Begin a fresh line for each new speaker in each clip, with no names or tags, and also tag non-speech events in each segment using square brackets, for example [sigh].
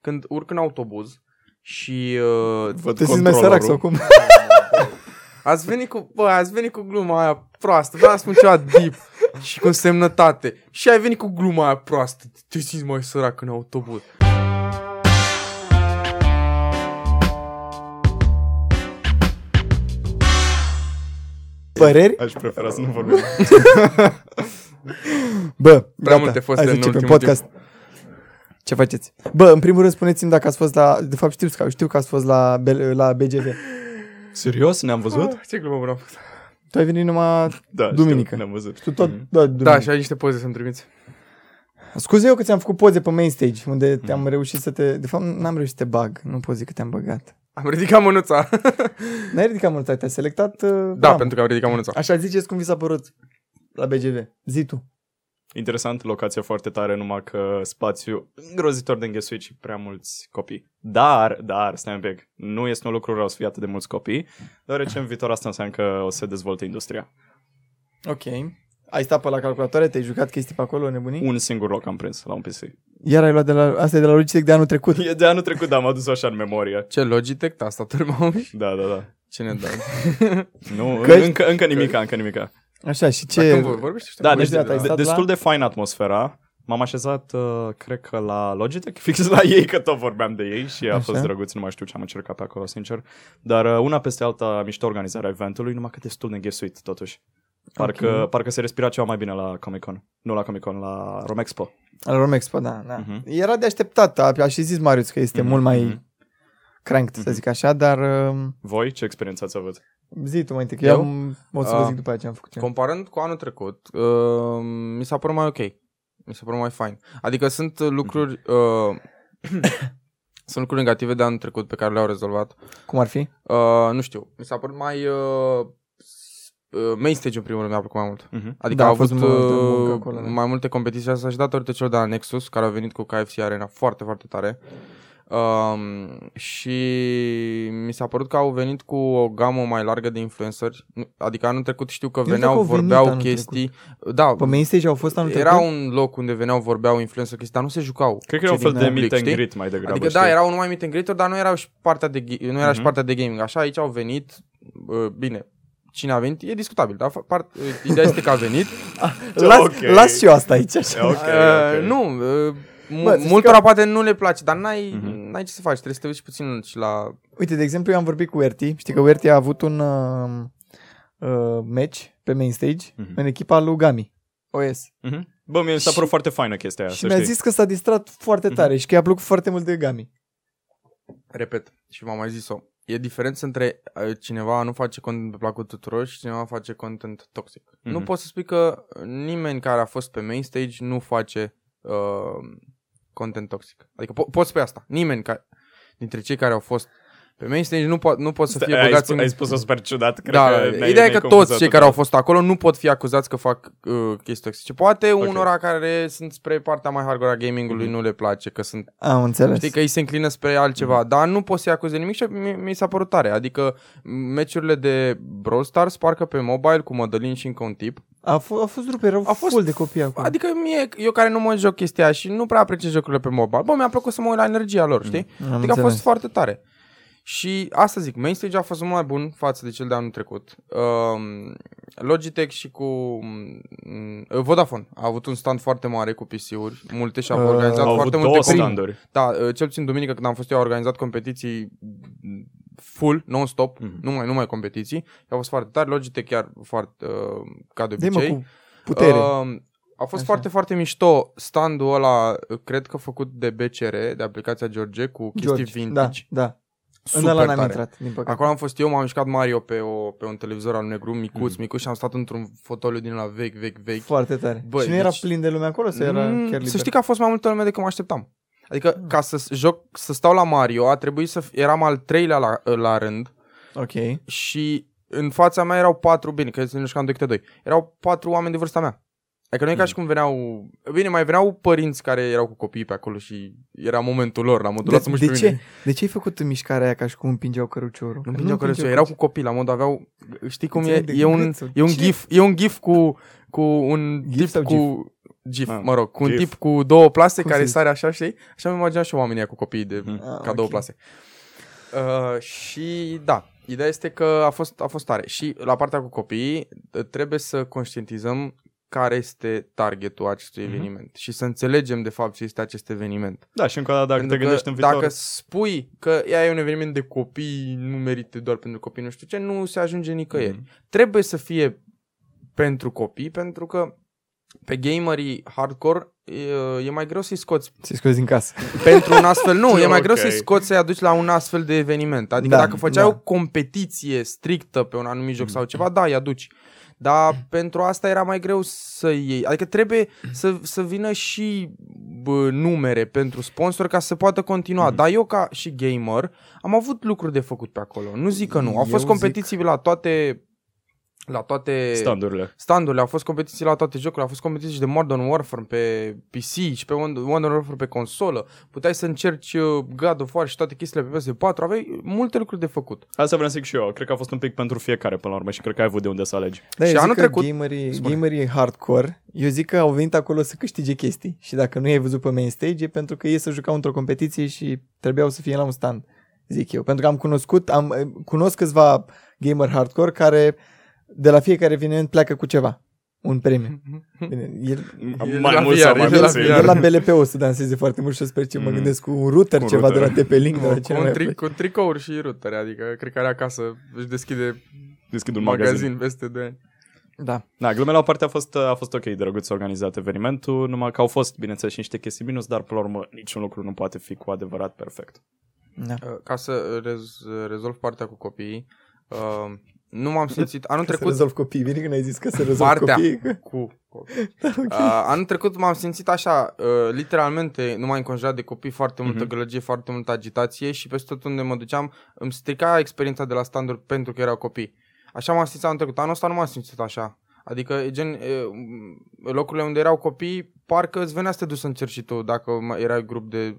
când urc în autobuz și uh,
Vă te simți mai sărac sau cum?
Ați venit cu, bă, ați venit cu gluma aia proastă, vreau să spun ceva [laughs] deep și cu semnătate. Și ai venit cu gluma aia proastă, te simți mai sărac în autobuz.
Păreri?
Aș prefera să nu vorbim.
Bă, Prea gata,
multe foste
hai să
în
începem
ultimul
podcast. Ce faceți? Bă, în primul rând spuneți-mi dacă ați fost la... De fapt știu că, știu că ați fost la, Bel- la BGV.
Serios? Ne-am văzut?
Ah, ce glumă bună am făcut.
Tu ai venit numai...
Da,
Duminică.
Știu, ne-am văzut.
Tu tot...
Mhm.
Da, duminică.
Da, și ai niște poze să-mi trimiți.
Scuze eu că ți-am făcut poze pe main stage,
Mhm.
unde te-am reușit să te... De fapt, n-am reușit să te bag. Nu pot zic că te-am băgat.
Am ridicat mânuța. [laughs]
N-ai ridicat mult, te-ai selectat... uh,
Da,
bravo.
pentru că am ridicat mânuța.
Așa ziceți cum vi s-a părut la BGV. Zi tu.
Interesant, locația foarte tare, numai că spațiu îngrozitor de înghesuit și prea mulți copii. Dar, dar, stai un pic, nu este un lucru rău să fie atât de mulți copii, deoarece în viitor asta înseamnă că o să se dezvolte industria.
Ok. Ai stat pe la calculatoare, te-ai jucat chestii pe acolo, nebunii?
Un singur loc am prins la un PC.
Iar ai luat de la... Asta e de la Logitech de anul trecut.
E de anul trecut, dar am adus așa în memorie.
Ce Logitech, tastatul m
Da, da, da.
Ce ne dai?
Nu,
Căci-
încă, încă nimica, încă nimica.
Așa, și
Ce?
ce...
Acum vor- vorbește ăștia.
Da,
Bună
deci
ziua,
de,
tu ai
de,
stat
destul
la-
de fain atmosfera. M-am așezat, uh, cred că la Logitech, [laughs] fix la ei, că tot vorbeam de ei și a
Așa.
fost drăguț, nu mai știu ce am încercat pe acolo, sincer. Dar uh, una peste alta, mișto organizarea eventului, numai că destul de înghesuit, totuși. Parcă,
Ok.
okay. parcă se respira ceva mai bine la Comic-Con. Nu la Comic-Con, la Romexpo.
Al Romexpo, da, da.
Mhm.
Era de așteptat, a, a și zis Marius că este
Mhm,
mult mai
mhm.
cranked, să zic așa, dar um,
Voi, ce experiență ați avut?
zi tu mai întâi, că eu,
Eu?
am- o să vă
Ah.
zic după aceea ce am făcut. eu.
Comparând cu anul trecut, uh, mi s-a părut mai ok. Mi s-a părut mai fain. Adică sunt uh, lucruri... Uh, [coughs] sunt lucruri negative de anul trecut pe care le-au rezolvat.
Cum ar fi?
Uh, nu știu. Mi s-a părut mai... Uh, s- uh, main stage în primul rând mi-a plăcut mai mult.
Mhm.
Adică
Da,
au
a fost
avut
mai multă muncă
uh,
acolo, da.
mai multe competiții asta și datorită celor de la Nexus, care au venit cu KFC Arena foarte, foarte tare. Um, și mi s-a părut că au venit cu o gamă mai largă de influenceri. Nu- Adică anul trecut știu că
știu
veneau,
că au venit
vorbeau
anul
chestii. Da,
Pe main stage au fost anul
era
trecut?
un loc unde veneau, vorbeau influencer chestii, dar nu se jucau.
Cred că era un
Cei
fel
din
de
public,
meet and
știi?
greet mai degrabă,
Adică
știi?
da, erau numai meet and greet dar nu erau și partea de, ge- nu era și
Mhm.
partea de gaming. Așa aici au venit, uh, bine, cine a venit e discutabil, dar fa- part, uh, ideea este că a venit.
Las,
Ok.
las și eu asta aici,
E,
așa.
Ok,
[laughs] Uh,
ok.
Nu, uh,
Bă, să
mu-
zic
multora poate nu le place, dar n-ai,
Mhm.
n-ai ce să faci, trebuie să te uiți puțin și la...
Uite, de exemplu, eu am vorbit cu Erti. Știi că Erti a avut un uh, uh, match pe main stage
Mhm.
în echipa lui Gami. OS.
Mhm. Bă, mie mi s-a părut foarte faină chestia aia,
și
să
mi-a
știi.
zis că s-a distrat foarte tare și că i-a plăcut foarte mult de Gami.
Repet, și v-am mai zis-o, e diferența între uh, cineva nu face content pe placul tuturor și cineva face content toxic. Nu
Mhm.
poți să spui că nimeni care a fost pe main stage nu face uh, content toxic. Adică po- poți spune asta. Nimeni care, dintre cei care au fost pe main stage nu, po- nu pot să fie
Ai,
băgați
spus,
în...
ai spus-o super ciudat. Cred
da,
că ne-ai-
ideea e
ne-ai
că toți
confuzat
cei care au fost acolo nu pot fi acuzați că fac uh, chestii toxice. Poate
Ok.
unora care sunt spre partea mai hardcore a gamingului
Mhm.
nu le place, că sunt
Am înțeles.
Știi că ei se înclină spre altceva,
Mhm.
dar nu poți să-i acuze nimic și mi, mi s-a părut tare. Adică m- meciurile de Brawl Stars, parcă pe mobile, cu Mădălin și încă un tip.
A, f- a fost rupe, erau
A fost-
full de copii acolo.
Adică mie, eu care nu mă joc chestia aia și nu prea apreciez jocurile pe mobile, bă, mi-a plăcut să mă uit la energia lor, știi?
Mm, Am
Adică a
înțeles.
fost foarte tare. Și asta zic, main stage a fost mult mai bun față de cel de anul trecut. Um, Logitech și cu um, Vodafone a avut un stand foarte mare cu PC-uri, multe și
Uh,
au organizat
Au avut
foarte
două
multe
standuri.
da, uh, cel puțin duminică când am fost eu, au organizat competiții full, non-stop,
Mhm.
mm-hmm. numai, numai competiții. Au fost foarte tare, Logitech chiar foarte, uh, ca de
De mă,
obicei.
cu putere. Uh,
Uh, a fost
Așa.
Așa. foarte, foarte mișto standul ăla, uh, cred că făcut de BCR, de aplicația George, cu chestii
da,
vintage.
da.
Da.
În
Super
ăla
tare.
n-am intrat, din păcate.
Acolo am fost eu, m-am mișcat Mario pe, o, pe un televizor al negru, micuț,
Mm.
Mhm.
micuț și am stat într-un fotoliu din la vechi, vechi, vechi.
Foarte tare.
Bă,
și nu era
deci-
plin de lume acolo? Sau era
Mm,
chiar Mm. liber?
Să știi că a fost mai multă lume decât mă așteptam. Adică ca să s- joc, să stau la Mario, a trebuit să f- eram al treilea la, la rând
Ok.
și în fața mea erau patru, bine, că ne jucam 2 câte 2, erau patru oameni de vârsta mea. Adică nu e ca
Hmm.
Mm.
și cum veneau, bine, mai veneau părinți care erau cu copiii pe acolo și era momentul lor, la modul
De,
lasă-mă și
de,
pe
ce?
mine.
de ce ai făcut mișcarea aia ca și cum împingeau căruciorul?
Nu împingeau că erau cu copii, la modul aveau, știi cum e,
Înțeleg de
e un,
gât sau
e un
ce?
gif, e un gif cu, cu un
Gif
tip
sau
cu, GIF,
Ah,
mă rog, cu un
GIF.
tip cu două plase
Cum
care
se
sare așa, știi? Așa mi imaginam și eu oamenii ăia cu copiii de
Mhm.
ca
Ah,
două
ok.
plase. Uh, și da, ideea este că a fost, a fost tare. Și la partea cu copiii ă, trebuie să conștientizăm care este targetul acestui
Mhm.
eveniment și să înțelegem de fapt ce este acest eveniment.
Da, și încă o dată, dacă
Pentru
te gândești
că
în viitor...
Dacă spui că ea e un eveniment de copii, nu merită doar pentru copii, nu știu ce, nu se ajunge nicăieri.
Mhm.
Trebuie să fie pentru copii, pentru că pe gamerii hardcore e, e mai greu să-i scoți
Ți-ai scos din casă.
pentru un astfel, nu, e mai greu
Ok.
să-i scoți să-i aduci la un astfel de eveniment. Adică
Da,
dacă făceai
da.
o competiție strictă pe un anumit joc sau ceva, da, îi aduci. Dar pentru asta era mai greu să iei. Adică trebuie să, să vină și bă, numere pentru sponsor ca să poată continua. Dar eu ca și gamer am avut lucruri de făcut pe acolo. Nu zic că nu. Au
Eu
fost
zic-
competiții la toate la toate
Standurile.
standurile, au fost competiții la toate jocurile, au fost competiții și de Modern Warfare pe PC și pe Mod- Modern Warfare pe consolă, puteai să încerci uh, God of War și toate chestiile pe PS4, aveai multe lucruri de făcut.
Asta vreau să zic și eu. Cred că a fost un pic pentru fiecare până la urmă și cred că ai avut de unde să alegi.
Da,
Și
eu zic
anul
că
trecut-
gamerii,
Spune.
gamerii hardcore, eu zic că au venit acolo să câștige chestii și dacă nu i-ai văzut pe main stage e pentru că ei se jucau într-o competiție și trebuiau să fie la un stand, zic eu. Pentru că am cunoscut, am eh, cunosc câțiva gamer hardcore care de la fiecare eveniment pleacă cu ceva, un
[laughs]
premiu. Bine, el,
E
mai
la
mult
VR,
sau mai
e Păi la
puțin.
VR.
el la BLP o să danseze foarte mult și o să sper ce mă
Mm.
gândesc cu un router,
Cu
ceva
router.
de la TP Link, de la
cu,
ce
un
Da, mai
tri- cu tricouri și rutere, adică cred că are acasă, își deschide
Deschid
un
un
magazin,
magazin.
magazin peste 2 ani.
Da.
Da, glume la o parte a fost, a fost ok, drăguț organizat evenimentul, numai că au fost, bineînțeles, și niște chestii minus, dar, până la urmă, niciun lucru nu poate fi cu adevărat perfect.
da.
Uh, Ca să rez- rezolv partea cu copiii, uh, nu m-am simțit, anul
Că să
trecut
rezolv copii, bine că n-ai zis că să rezolv
partea
copii.
cu copii.
Da, ok.
Uh, anul trecut m-am simțit așa, uh, literalmente, numai înconjurat de copii, foarte multă
Mhm.
gălăgie, foarte multă agitație și peste tot unde mă duceam îmi strica experiența de la standuri pentru că erau copii. Așa m-am simțit anul trecut. Anul ăsta nu m-am simțit așa. Adică, e gen, e, m, locurile unde erau copii, parcă îți venea să te duci să încerci și tu dacă mai erai grup de...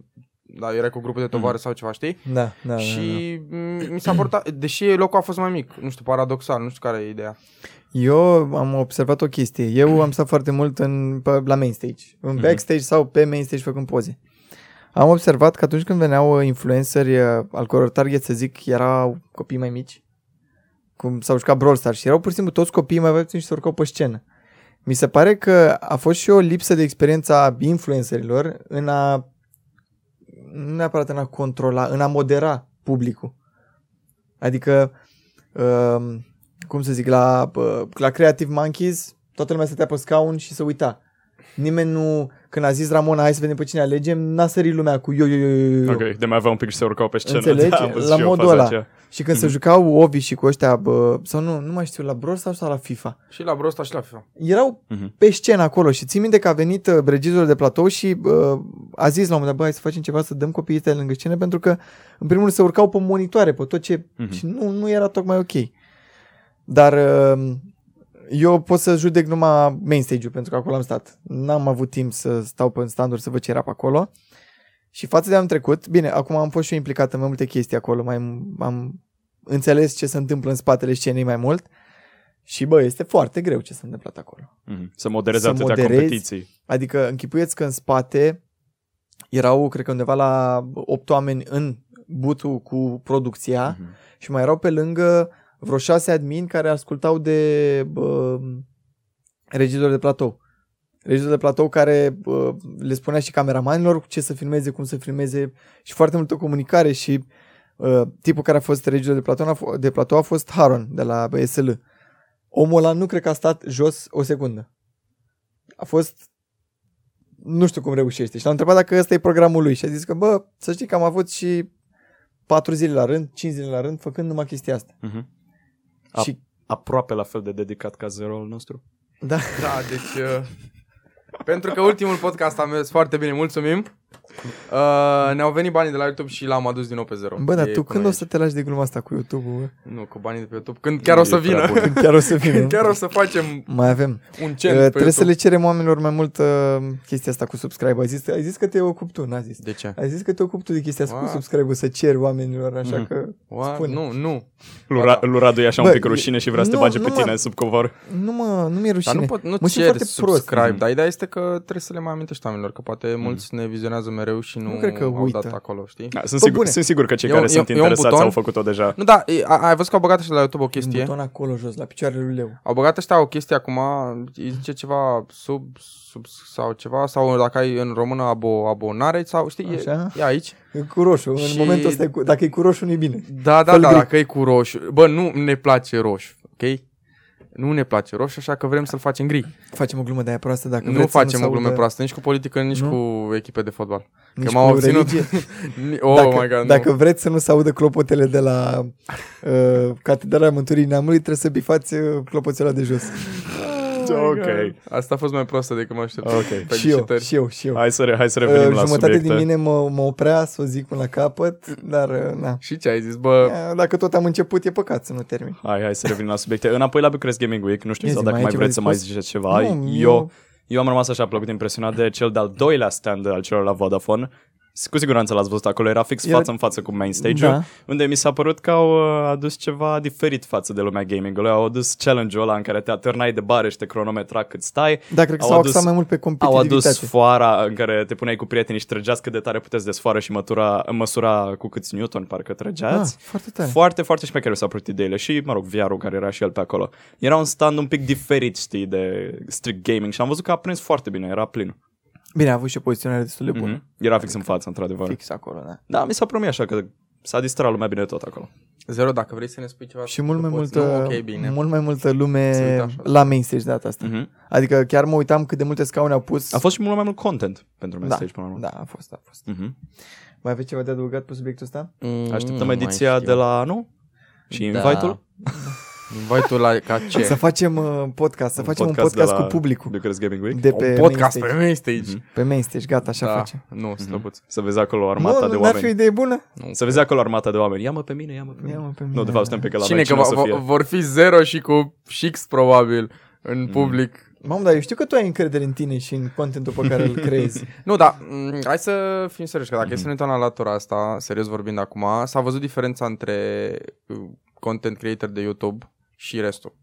Da, erai cu grupul de tovară sau ceva, știi?
Da, da, da, da.
și m, mi s-a portat, deși locul a fost mai mic, nu știu, paradoxal, nu știu care e ideea.
Eu am observat o chestie. Eu am stat foarte mult în, pe, la main stage, în
Mhm.
backstage sau pe main stage făcând poze. Am observat că atunci când veneau uh, influenceri uh, al căror target, să zic, erau copii mai mici, cum s-au jucat Brawl Stars și erau pur și simplu toți copiii mai puțin și se urcau pe scenă. Mi se pare că a fost și o lipsă de experiență a influencerilor în a, nu neapărat în a controla, în a modera publicul. Adică, um, cum să zic, la, uh, la Creative Monkeys, toată lumea stătea pe scaun și se uita. Nimeni nu, când a zis Ramona, hai să vedem pe cine alegem, n-a sărit lumea cu eu, eu, eu, eu, eu.
Ok, de mai avea un pic și se urcau pe scenă.
Înțelegi?
Da, am văzut
La
și eu
modul
faza
ăla.
aceea.
Și când se jucau Ovi și cu ăștia, bă, sau nu, nu mai știu, la Brawl Stars sau la FIFA,
Și la Brosta și la FIFA.
erau
Mhm.
pe scenă acolo și țin minte că a venit uh, regizorul de platou și uh, a zis la un moment dat, bă, hai să facem ceva, să dăm copiii ăștia lângă scenă, pentru că, în primul rând, se urcau pe monitoare, pe tot ce...
Mhm.
Și nu, nu era tocmai ok. Dar uh, eu pot să judec numai main stage-ul, pentru că acolo am stat. N-am avut timp să stau pe standuri să văd ce era pe acolo. Și față de anul trecut, bine, acum am fost și eu implicat în mai multe chestii acolo, mai am- am înțeles ce se întâmplă în spatele scenei mai mult. Și bă, este foarte greu ce s-a întâmplat acolo.
Mhm. Să modereze
Să
atâtea
moderezi.
competiții.
Adică închipuieți că în spate erau, cred că undeva la 8 oameni în butul cu producția
Mhm.
și mai erau pe lângă vreo 6 admin care ascultau de bă, regizor de platou. Regizor de platou care bă, le spunea și cameramanilor ce să filmeze, cum să filmeze și foarte multă comunicare și bă, tipul care a fost regizor de platou, a f- de platou a fost Haron de la SL. Omul ăla nu cred că a stat jos o secundă. A fost nu știu cum reușește. Și l-am întrebat dacă ăsta e programul lui și a zis că, bă, să știi că am avut și patru zile la rând, cinci zile la rând, făcând numai chestia asta.
Mhm.
A. Și
Aproape la fel de dedicat ca zeroul nostru.
da,
[laughs] Da, deci... Uh, pentru că ultimul podcast a mers foarte bine, mulțumim. Uh, ne-au venit banii de la YouTube și l-am adus din nou pe zero.
Bă, dar
E
tu
cum
când
e
o să te lași de gluma asta cu YouTube-ul?
[laughs]
bă?
Nu, cu banii de pe YouTube. Când chiar o
E
să
prea
vină.
bun.
Când chiar o să
[laughs]
vină?
Când chiar o să facem
Mai avem.
un
Uh,
cent pe
trebuie să
YouTube.
le cerem oamenilor mai mult uh, chestia asta cu subscribe. Ai zis, ai zis că te ocupi tu, n-ai zis.
De ce?
Ai zis că te ocupi tu de chestia asta cu
What?
subscribe-ul, să ceri oamenilor, așa
Mhm.
că
What?
spune.
Nu, nu.
Lui Ra- lui Radu da. e așa
Bă,
un pic rușine și vrea să te
nu-
bage pe
nu mă-
tine sub covor.
Nu mă, nu mi-e
Dar
rușine.
nu, pot, nu
Mă simt
ceri
foarte prost.
subscribe, dar ideea este că trebuie să le mai amintești oamenilor, că poate
Mm.
mulți ne vizionează mereu și nu,
Nu cred că
au
uită.
dat acolo, știi?
Da, sunt,
Bă,
sigur,
bune.
sunt sigur că cei
E un-
care
e-
sunt
e un
interesați
buton?
au făcut-o deja.
Nu, da, e, a, ai văzut că au băgat ăștia la YouTube o
Un
chestie?
buton acolo jos, la picioarele lui Leo.
Au băgat ăștia o chestie acum, îi zice ceva sub, sub sau ceva, sau dacă ai în română abo, abonare, sau știi, e,
Așa.
e aici.
Cu roșu.
Și-
În momentul ăsta, e cu, dacă e cu roșu, nu e bine.
Da, da,
Fă-l
da,
gri.
dacă e cu roșu. Bă, nu ne place roșu, ok? Nu ne place roșu, așa că vrem să-l facem gri.
Facem o glumă de aia proastă dacă
nu
vreți să
facem
se
o glume
audă
proastă, nici cu politică, nici
Nu?
cu echipe de fotbal.
nici
că m-am
cu
obținut.
religie.
Ni- [laughs] oh
dacă,
my god,
dacă
nu.
vreți să nu se audă clopotele de la uh, Catedrala Mântuirii Neamului, trebuie să bifați uh, clopoțelul de jos.
Ok.
Asta a fost mai prostă decât mă așteptam.
Ok.
și eu,
Felicitări.
și eu, și eu.
Hai să, re- hai să
Uh,
revenim la
jumătate
subiecte.
din mine mă, mă oprea să o zic până la capăt, dar uh, na.
Și ce ai zis, bă?
Uh, Dacă tot am început, e păcat să nu termin.
Hai, hai să revenim la subiecte. Înapoi la Bucharest Gaming Week, nu știu
Ia
sau
zi,
dacă
mai ai
mai
ceva
vreți să
de
mai
spus?
ziceți ceva.
Nu,
eu,
eu-
eu am rămas așa plăcut impresionat de cel de-al doilea stand al celor la Vodafone. S- Cu siguranță l-ați văzut acolo, era fix
Era-
față în față cu main stage-ul,
Da.
unde mi s-a părut că au uh, adus ceva diferit față de lumea gaming-ului. Au adus challenge-ul ăla în care te atârnai de bare și te cronometra cât stai.
Dar Da, cred că
Au
s-au
adus-
axat mai mult pe
Au adus
competitivitate.
foara în care te puneai cu prietenii și trăgeați cât de tare puteți desfoară și mătura, măsura cu câți Newton parcă trăgeați.
Ah, foarte tare.
Foarte, foarte șmecher mi s-a părut ideile și, mă rog, vr care era și el pe acolo. Era un stand un pic diferit, știi, de strict gaming și am văzut că a prins foarte bine, era plin.
Bine, a avut și o poziționare destul de bună.
Mhm.
Mm-hmm. Era fix în față, într-adevăr. Fix.
Fix acolo, da.
Da, mi s-a promis așa că s-a distrat lumea bine tot acolo.
Zero, dacă vrei să ne spui ceva.
Și mult
tu
mai,
poți.
multă,
Nu, ok, bine.
mult mai multă
Se
lume
uită așa.
la main stage de data asta.
Mm-hmm.
Adică chiar mă uitam cât de multe scaune au pus.
A fost și mult mai mult content pentru main
da,
stage, până la urmă.
da, a fost, a fost.
Mm-hmm.
Mai aveți ceva de adăugat pe subiectul ăsta?
Mm, nu
Așteptăm
mai
ediția
știu.
de la anul și
Da.
invite-ul.
Invite-ul la ca ce?
Să facem uh, podcast, să
Un
facem
podcast
un podcast
de la
cu publicul.
Bucharest Gaming Week.
De
un
pe main
podcast
stage.
pe main stage.
Mhm.
Pe main stage, gata, așa
da,
facem.
Nu, slăbuț.
Să vezi acolo armata
Nu,
de
nu ar fi o
oameni.
idee bună?
Nu.
Să vezi acolo armata de oameni. Ia-mă pe mine, ia-mă pe mine.
Ia-mă pe
Nu,
mine.
de fapt, suntem pe că la
Cine
noi
că
cine o
va,
să fie.
va, vor fi zero și cu Shix probabil în
Mhm.
public.
Mamă, dar eu știu că tu ai încredere în tine și în contentul pe
[laughs]
care îl creezi.
Nu, dar m, hai să fim serioși, că dacă e
Mhm.
să ne uităm la latura asta, serios vorbind acum, s-a văzut diferența între uh, content creator de YouTube și restul.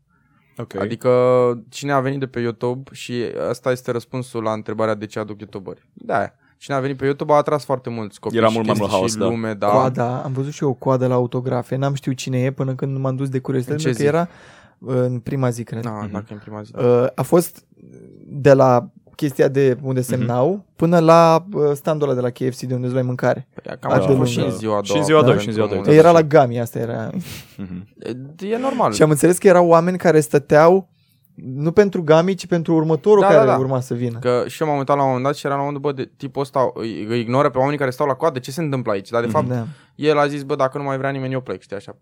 Ok.
Okay.
Adică,
Adică cine a venit de pe YouTube și asta este răspunsul la întrebarea de ce aduc youtuberi. Da, cine a venit pe YouTube a atras foarte mulți copii
Era
și
mult mai mult
chestii
haos,
și
da.
lume, da.
Coada, am văzut și eu o coadă la autografe, n-am știut cine e până când m-am dus de curiozitate,
În ce
pentru
zi?
că era uh, în prima zi, cred.
Mhm.
Da, dacă e în prima zi. da.
Uh, a fost de la chestia de unde
Mhm.
semnau până la uh, standul ăla de la KFC de unde îți luai mâncare.
Păi, Cam
a
așa a
de
fost și în
lungă.
ziua a doua.
Și în ziua a doua,
pentru
și în ziua a doua,
mulți.
Da,
era la Gami, asta era.
Mhm.
E normal.
Și am înțeles că erau oameni care stăteau nu pentru Gami, ci pentru următorul
Da,
care
da, da.
urma să vină.
Că și eu m-am uitat la un moment dat și era la un moment dat, bă, de tipul ăsta îi, îi ignoră pe oamenii care stau la coadă, ce se întâmplă aici? Dar de fapt,
Da.
el a zis, bă, dacă nu mai vrea nimeni, eu plec, știi, așa.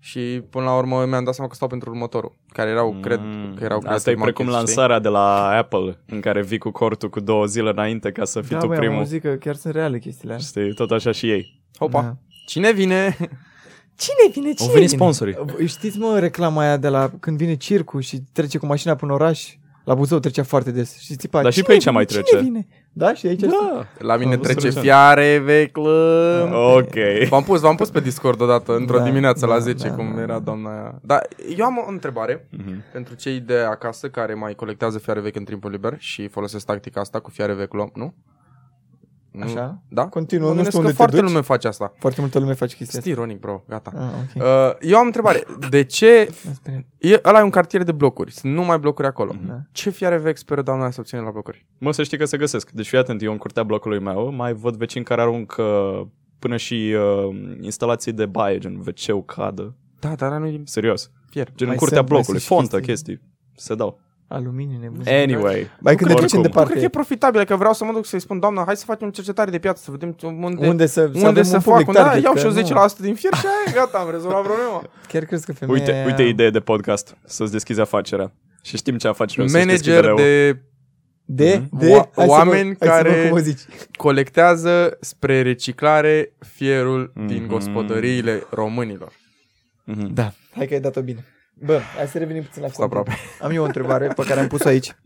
Și până la urmă mi-am dat seama că stau pentru următorul, care erau, mm, cred, că erau
Asta e
creative
precum
markets, știi?
lansarea de la Apple, în care vii cu cortul cu două zile înainte ca să fii
Da,
tu
băi, am
primul.
auzit că chiar sunt reale chestiile astea.
Știi, tot așa și ei.
Hopa.
Da.
Cine vine? [laughs]
Cine vine? Cine
venit
vine?
sponsorii.
Știți, mă, reclama aia de la când vine circul și trece cu mașina până în oraș? La Buzău trecea foarte des. Și țipa,
Dar și pe
"Cine
aici
vine?
mai
Cine
trece."
vine? Da, și aici da.
La mine
Am văzut
trece
recent. Da.
fiare veclă.
Ok.
[laughs] V-am pus, v-am pus pe Discord odată, într-o
Da,
dimineață la
da,
10,
da,
cum
da,
era
da.
doamna aia. Dar eu am o întrebare.
Mhm.
Pentru cei de acasă care mai colectează fiare vechi în timpul liber și folosesc tactica asta cu fiare vechi, luăm, nu? Nu?
Așa.
Da?
Continuă,
Mă
nu
gândesc
știu
că
unde te
foarte
duci.
lume face asta.
Foarte multă lume face chestia
Sunt
asta.
ironic, bro, gata.
Ah, ok.
Uh, eu am o întrebare. De ce...
Mă sperie.
E, ăla e un cartier de blocuri. Sunt numai blocuri acolo.
Da.
Ce fiare vechi speră doamna aia să obține la blocuri?
Mă, să știi că se găsesc. Deci fii atent, eu în curtea blocului meu mai văd vecini care aruncă până și uh, instalații de baie, gen wc cadă.
Da, dar ăla nu-i
Serios.
fier.
Gen în
Mai
curtea
sunt- mai
blocului,
sunt și
fontă, chestii. Se dau.
Aluminiu nebun.
Anyway.
Mai când
Oricum.
ne ducem
Nu cred
departe.
că e profitabil, că vreau să mă duc să-i spun, doamna, hai să facem o cercetare de piață, să vedem ce- unde,
Unde să,
unde să fac, unde, da, iau și eu 10%
la...
din fier și aia, e, gata, am rezolvat
[laughs]
problema.
Chiar crezi că femeia
Uite,
aia-
uite idee de podcast. Să-ți deschizi afacerea. Și știm ce afacere o să-și deschidă
manager
Leo.
de
De,
Mhm.
de,
Oa-
hai să
oameni
vă, hai să vă
care-
cum o zici.
Colectează spre reciclare fierul mm-hmm. din
Mhm.
gospodăriile românilor.
Mm-hmm.
Da. Hai că ai dat-o bine. Bă, hai să revenim puțin la
Asta aproape.
Am eu o întrebare pe care am pus-o aici.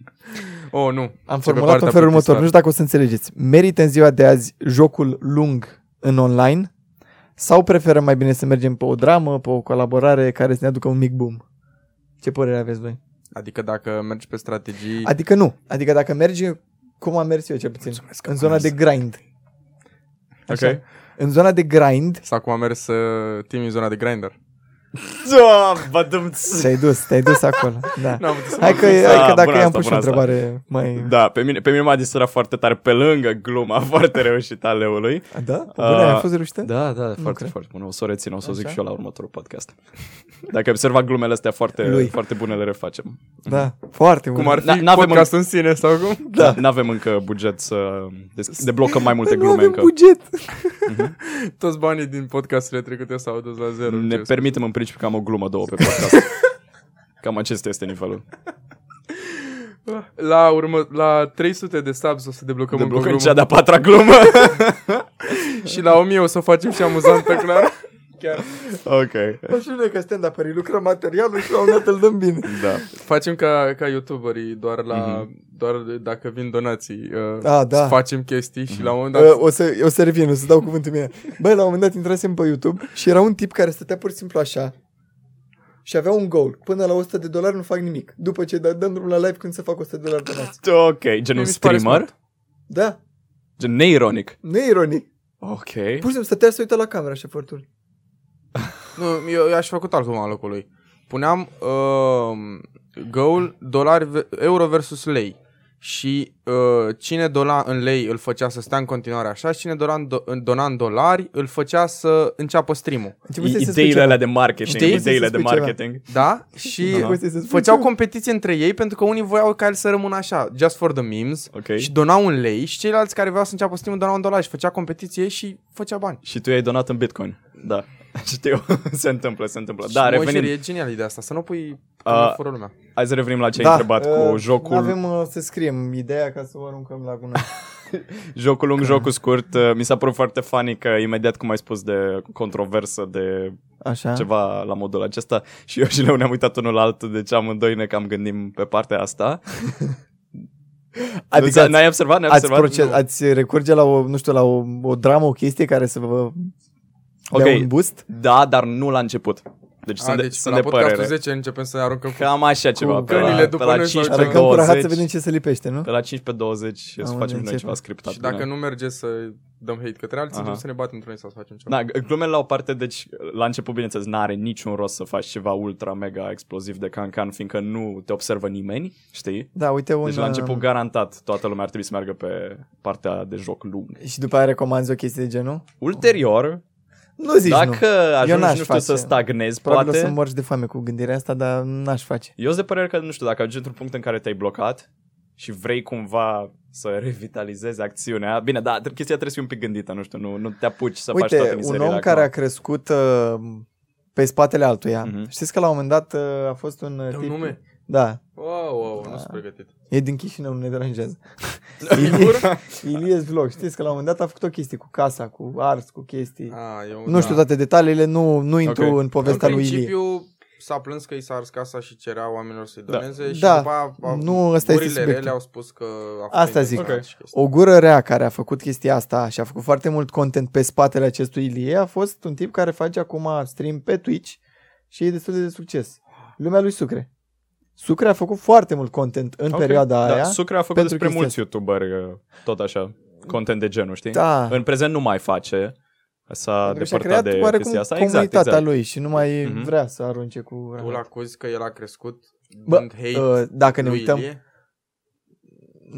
Oh, nu.
Am
Ce pe
formulat-o
partea
în felul următor. Nu
plictisitoare.
știu dacă o să înțelegeți. Merită în ziua de azi jocul lung în online? Sau preferăm mai bine să mergem pe o dramă, pe o colaborare care să ne aducă un mic boom? Ce părere aveți voi?
Adică dacă mergi pe strategii...
Adică nu. Adică dacă mergi cum am mers eu cel puțin.
Mulțumesc că
în
am
zona
mers.
de grind. Așa.
Ok.
În zona de grind
Sau cum a mers uh, Tim în zona de grinder.
Bă, dăm
te-ai dus, te-ai dus acolo. Da.
[laughs] N-am putut să
Hai
mă
că,
duc.
Da,
hai că dacă
bună
i-am
asta,
pus o
bună asta.
întrebare mai...
Da, pe mine, pe mine m-a distrat foarte tare pe lângă gluma [laughs] foarte reușită a leului.
Da? Pe bune,
Ah,
a fost reușită?
Da, da, foarte,
cred.
foarte bună. O să o rețin, o să o zic
Așa?
și eu la următorul podcast. Dacă observa glumele astea foarte,
Lui.
foarte bune, le refacem.
Da. Foarte bun.
Cum ar
N-
fi
n-avem
podcast în sine sau cum? [laughs]
Da. Păi Nu avem încă buget să des- deblocăm mai multe
nu
glume
avem
încă.
buget.
Toți banii din podcasturile trecute s-au dus la zero.
Ne
înțeles.
permitem în principiu cam o glumă două pe [laughs] podcast. Cam acesta este nivelul.
La, urmă, la 300 de subs o să deblocăm, încă
Deblocăm
o
cea
glumă.
de-a patra glumă.
Și la 1000 o să o facem și amuzantă, clar.
[laughs]
Chiar.
ok.
Și noi că stand-up lucrăm materialul și la un dat îl dăm bine.
Da.
Facem ca, ca youtuberii, doar la doar dacă vin donații. Uh,
Ah, da.
Facem chestii și la un
Da.
moment dat...
Uh, o, să, o să revin, o să dau cuvântul mine. Băi, la un moment dat intrasem pe YouTube și era un tip care stătea pur și simplu așa și avea un goal. Până la 100 de dolari nu fac nimic. După ce dă- dăm drumul la live când se fac 100 de dolari donați.
Ok, gen un
Mi se pare
streamer?
smart.
Da,
Gen neironic. Păi,
nu e ironic.
Ok.
Pur și simplu stătea să uită la camera așa foarte urât.
Nu, eu, eu aș fi făcut altcum al locului. Puneam uh, goal dolari, ve- euro versus lei. Și uh, cine dola în lei îl făcea să stea în continuare așa și cine dola în, do- în- dona în dolari îl făcea să înceapă stream-ul.
Începuse să spui
Ideile
ceva.
alea de marketing.
Știi?
Ideile de
Să spui ceva.
marketing.
[laughs]
Da? Și
Da. Poți să spui
făceau
ceva.
competiție între ei pentru că unii voiau ca el să rămână așa, just for the memes,
Ok.
și donau un lei și ceilalți care vreau să înceapă stream donau un dolar și făcea competiție și făcea bani.
Și tu i-ai donat în Bitcoin. Da. [laughs] Știu, se întâmplă, se întâmplă.
Și,
Da,
mă,
revenim.
Jerry, E genial ideea asta, să nu pui
A,
uh, fără lumea.
Hai să revenim la ce ai întrebat cu
uh,
jocul,
Avem uh, să scriem ideea ca să o aruncăm la gunoi.
jocul lung, jocul scurt. Uh, Mi s-a părut foarte funny că imediat cum ai spus de controversă, de
Da. Așa.
ceva la modul acesta și eu și Leu ne-am uitat unul la altul, deci amândoi ne cam gândim pe partea
[laughs]
asta.
Adică
Adică
ați-
n-ai observat? N-ai
Ați,
observat?
proces,
Nu.
ați recurge la o, nu știu, la o, o dramă, o chestie care să vă
Ok.
dea un boost?
Da, dar nu la început. Deci
A,
sunt de,
deci
sunt
la
de
podcastul
părere.
10 începem să ne aruncăm cu...
Cam așa ceva, pe
câinile
la, pe
după
la
noi
15
sau-
Aruncăm cu rahat să
20,
vedem ce se lipește, nu?
Deci pe la 15 20 să facem
Am
noi
început.
ceva scriptat.
Și dacă
bine.
nu merge să dăm hate către alții,
Aha.
Aha. să ne batem între noi sau să facem ceva.
Da, glumele la o parte, deci la început, bineînțeles, n-are niciun rost să faci ceva ultra mega exploziv de cancan, fiindcă nu te observă nimeni, știi?
Da, uite un...
Deci la început,
uh,
garantat, toată lumea ar trebui să meargă pe partea de joc lung.
Și după aia recomanzi o chestie de genul?
Ulterior,
Nu zici nu.
dacă
Eu
ajungi,
n-aș
nu știu, să
face.
stagnezi,
Probabil
poate...
o să morți de foame cu gândirea asta, dar n-aș face.
Eu sunt de părere că, nu știu, dacă ajungi într-un punct în care te-ai blocat și vrei cumva să revitalizezi acțiunea, bine, da, chestia trebuie să fie un pic gândită, nu știu, nu, nu te apuci să faci toate
Uite, un
mizeriile
om care a crescut uh, pe spatele altuia.
Mhm.
Știți că la un moment dat uh, a fost un uh,
Dăm
tip...
nume?
Da,
Wow, wow, nu sunt
Da.
pregătit.
[laughs]
e din Chișinău, nu ne deranjează. [laughs]
Sigur?
Ilie Vlog, știți că la un moment dat a făcut o chestie cu casa, cu ars, cu chestii.
A, eu, da.
Nu știu toate detaliile, nu, nu intru
Da. Ok.
în povestea
În
lui Ilie.
principiu s-a plâns că i s-a ars casa și cerea oamenilor să-i
Da.
doneze și
Da.
după aia au-
Nu, ăsta este
gurile
subiectul.
rele au spus că a fost
Asta zic.
intenționat
Ok.
și chestii.
O gură rea care a făcut chestia asta și a făcut foarte mult content pe spatele acestui Ilie a fost un tip care face acum stream pe Twitch și e destul de succes. Lumea lui Sucre. Sucre a făcut foarte mult content în
Ok.
perioada aia.
Da, Sucre a făcut
pentru
despre
chestia
mulți youtuberi, uh, tot așa, content de genul, știi?
Da.
În prezent nu mai face, s-a
Pentru că și-a
depărtat
creat
de
oarecum
chestia asta.
comunitatea
Exact, exact.
lui și nu mai
Mhm.
vrea să arunce cu...
Tu îl acuzi că el a crescut
Bă,
dând hate
uh, dacă ne
lui
uităm...
Ilie?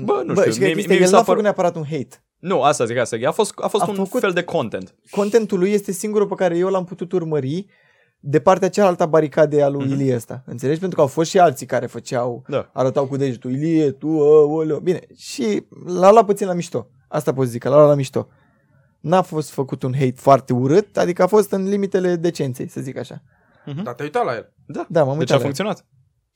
Bă, nu
Bă,
știu,
și că
mie-
chestia,
mie mi s-a
el n-a
părut-
făcut neapărat un hate.
Nu, asta zic, asta zic. A fost, a fost
A
un
făcut-
fel de content. Deci
contentul lui este singurul pe care eu l-am putut urmări de partea cealaltă a baricadei a lui
Mhm.
mm-hmm. Ilie ăsta. Înțelegi? Pentru că au fost și alții care făceau,
Da.
arătau cu degetul, Ilie, tu, ă, oleo. Bine, și l-a luat puțin la mișto. Asta pot zic, că l-a luat la mișto. N-a fost făcut un hate foarte urât, adică a fost în limitele decenței, să zic așa.
Dar te-ai uitat la el.
Da.
Da, m-am
Deci
uitat
a
la el.
funcționat.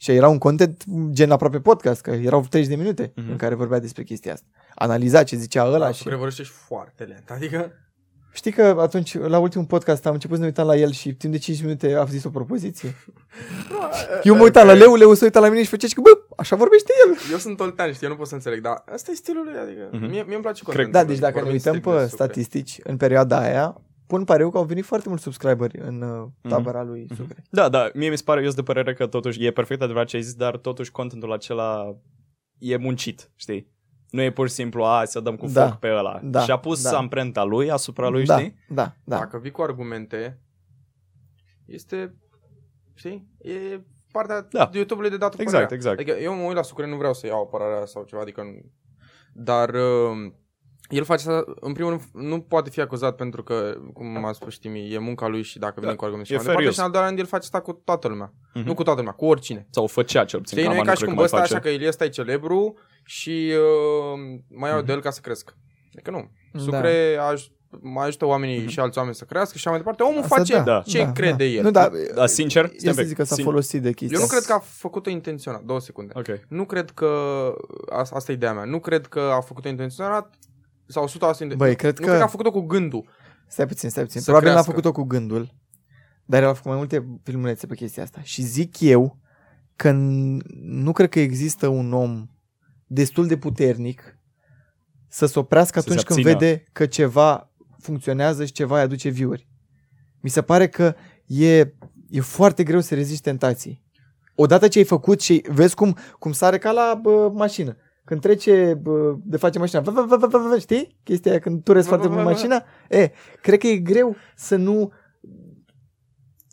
Și era un content gen aproape podcast, că erau 30 de minute mm-hmm.
Mhm. Da,
în care vorbea despre chestia asta. Analiza Da, ce zicea ăla și...
Prevărășești foarte lent. Adică
Știi că atunci, la ultimul podcast, am început să ne uitam la el și timp de 5 minute a zis o propoziție.
Da, ă,
Eu mă uitam la Leu, Leu se uita la mine și făcea și că, bă, așa vorbește el.
adică, eu sunt oltean, știi, eu nu pot să înțeleg, dar asta e stilul lui, adică
Mhm.
mie, mie îmi place
Cred-
Da,
contentul
deci
lui,
dacă ne
vorbim
uităm
strict
pe
despre-
statistici, în perioada aia, pun pariu că au venit foarte mulți subscriberi în uh,
Mhm.
tabăra lui Sucre.
Da, da, mie mi se pare, eu sunt de părere că totuși e perfect adevărat ce ai zis, dar totuși contentul acela e muncit, știi? Nu e pur și simplu, a, să dăm cu foc
Da,
pe ăla.
da,
și a pus
da.
amprenta lui asupra lui,
da,
știi?
da, da.
Dacă vii cu argumente, este, știi, e partea da.
Da.
YouTube-ului de dat cu
Exact,
părerea.
exact.
Adică eu mă uit la Sucre, nu vreau să iau apărarea sau ceva, adică nu. Dar uh, el face asta, în primul rând, nu poate fi acuzat pentru că, cum m-a spus Timi, e munca lui și dacă vine
Da,
cu argumente și
e
mai departe.
fair
Și în al doilea rând, el face asta cu toată lumea.
Mhm.
Nu cu toată lumea, cu oricine.
Sau o făcea cel puțin.
Știi,
că
nu e
acum
ca și
cred
cum
că mai
ăsta
face.
așa că Ilie ăsta e celebru și uh, mai
Mhm.
iau de el ca să cresc. Adică nu.
Da.
Da.
Sucre aj- mai ajută oamenii și alți oameni să crească și așa mai departe. Omul
Asta
face
Mhm. da,
ce crede el.
Nu, da,
Da, sincer, stai
eu
un
să
pic,
zic că s-a
sin-
folosit de
Eu
chestia
nu
asta.
cred că a făcut-o intenționat. Două secunde.
Ok.
Nu cred că... Asta, asta e ideea mea. Nu cred că a făcut-o intenționat sau 100% intenționat.
Băi, cred
Nu cred că a
că...
făcut-o cu gândul.
Stai puțin, stai puțin.
să
Probabil n-a
crească.
făcut-o cu gândul, dar el a făcut mai multe filmulețe pe chestia asta. Și zic eu că n- nu cred că există un om destul de puternic să se oprească
Să se
atunci când
abțină.
vede că ceva funcționează și ceva îi aduce view-uri. Mi se pare că e, e foarte greu să reziști tentații. Odată ce ai făcut și vezi cum, cum sare ca la bă, mașină. Când trece bă, de face mașina, vă, vă, vă, vă, vă, vă, știi? Chestia aia când turezi
Vă,
foarte
vă,
mult
vă, vă.
mașina. E, cred că e greu să nu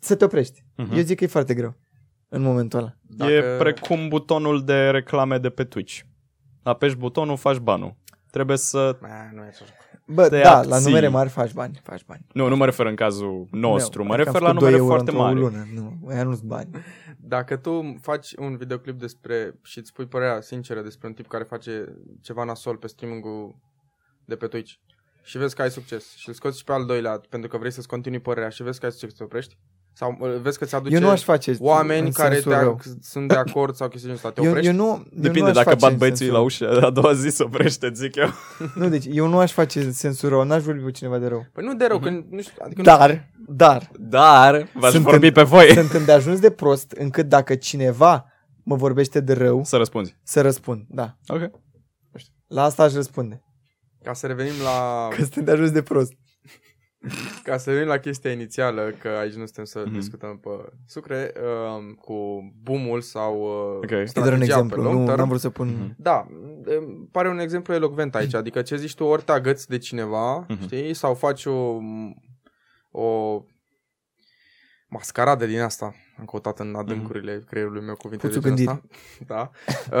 să te oprești.
Mhm.
Eu zic că e foarte greu în momentul ăla.
Dacă...
E precum butonul de reclame de pe Twitch. Apeși butonul, faci banul. Trebuie să...
Mă, nu e așa.
Bă,
Te
da,
abții.
la numere mari faci bani, faci bani.
Nu, nu mă refer în cazul nostru,
Meu,
mă
adică
refer
am
la
făcut
numere
doi euro
foarte
într-o
mari.
Lună. Nu, aia nu-s bani.
Dacă tu faci un videoclip despre și îți pui părerea sinceră despre un tip care face ceva nasol pe streaming-ul de pe Twitch și vezi că ai succes și îl scoți și pe al doilea pentru că vrei să-ți continui părerea și vezi că ai succes, te oprești? Sau uh, vezi că ți aduce
Eu nu aș face
oameni
în
care
sensul
te
rău.
sunt de acord sau chestii de genul ăsta, te
Eu,
oprești?
eu nu, eu nu
Depinde
aș
dacă
face
bat
în
băieții la
sensul-
ușă, [laughs] a doua zi se oprește, zic eu.
Nu, deci eu nu aș face în sensul rău, n-aș vorbi cu cineva de rău.
Păi nu de rău, că nu știu, adică nu,
Dar, dar,
Dar v-aș
Sunt
vorbi
în-
pe voi.
sunt îndeajuns de prost încât dacă cineva mă vorbește de
[laughs]
rău,
Să răspunzi.
să răspund, da.
Ok.
La asta aș răspunde.
ca să revenim la
Că sunt îndeajuns de prost.
ca să revenim la chestia inițială, că aici nu suntem să
Mhm.
discutăm pe sucre, um, cu boom-ul sau uh,
Ok.
strategia
E
E doar un exemplu,
pe long
nu
term.
am vrut să pun...
Mhm.
Da, îmi pare un exemplu elocvent aici, adică ce zici tu, ori te agăți de cineva,
Mhm.
știi, sau faci o, o mascaradă din asta, am căutat
Mhm.
în adâncurile creierului meu cuvinte
Puțul
de genul ăsta. Da.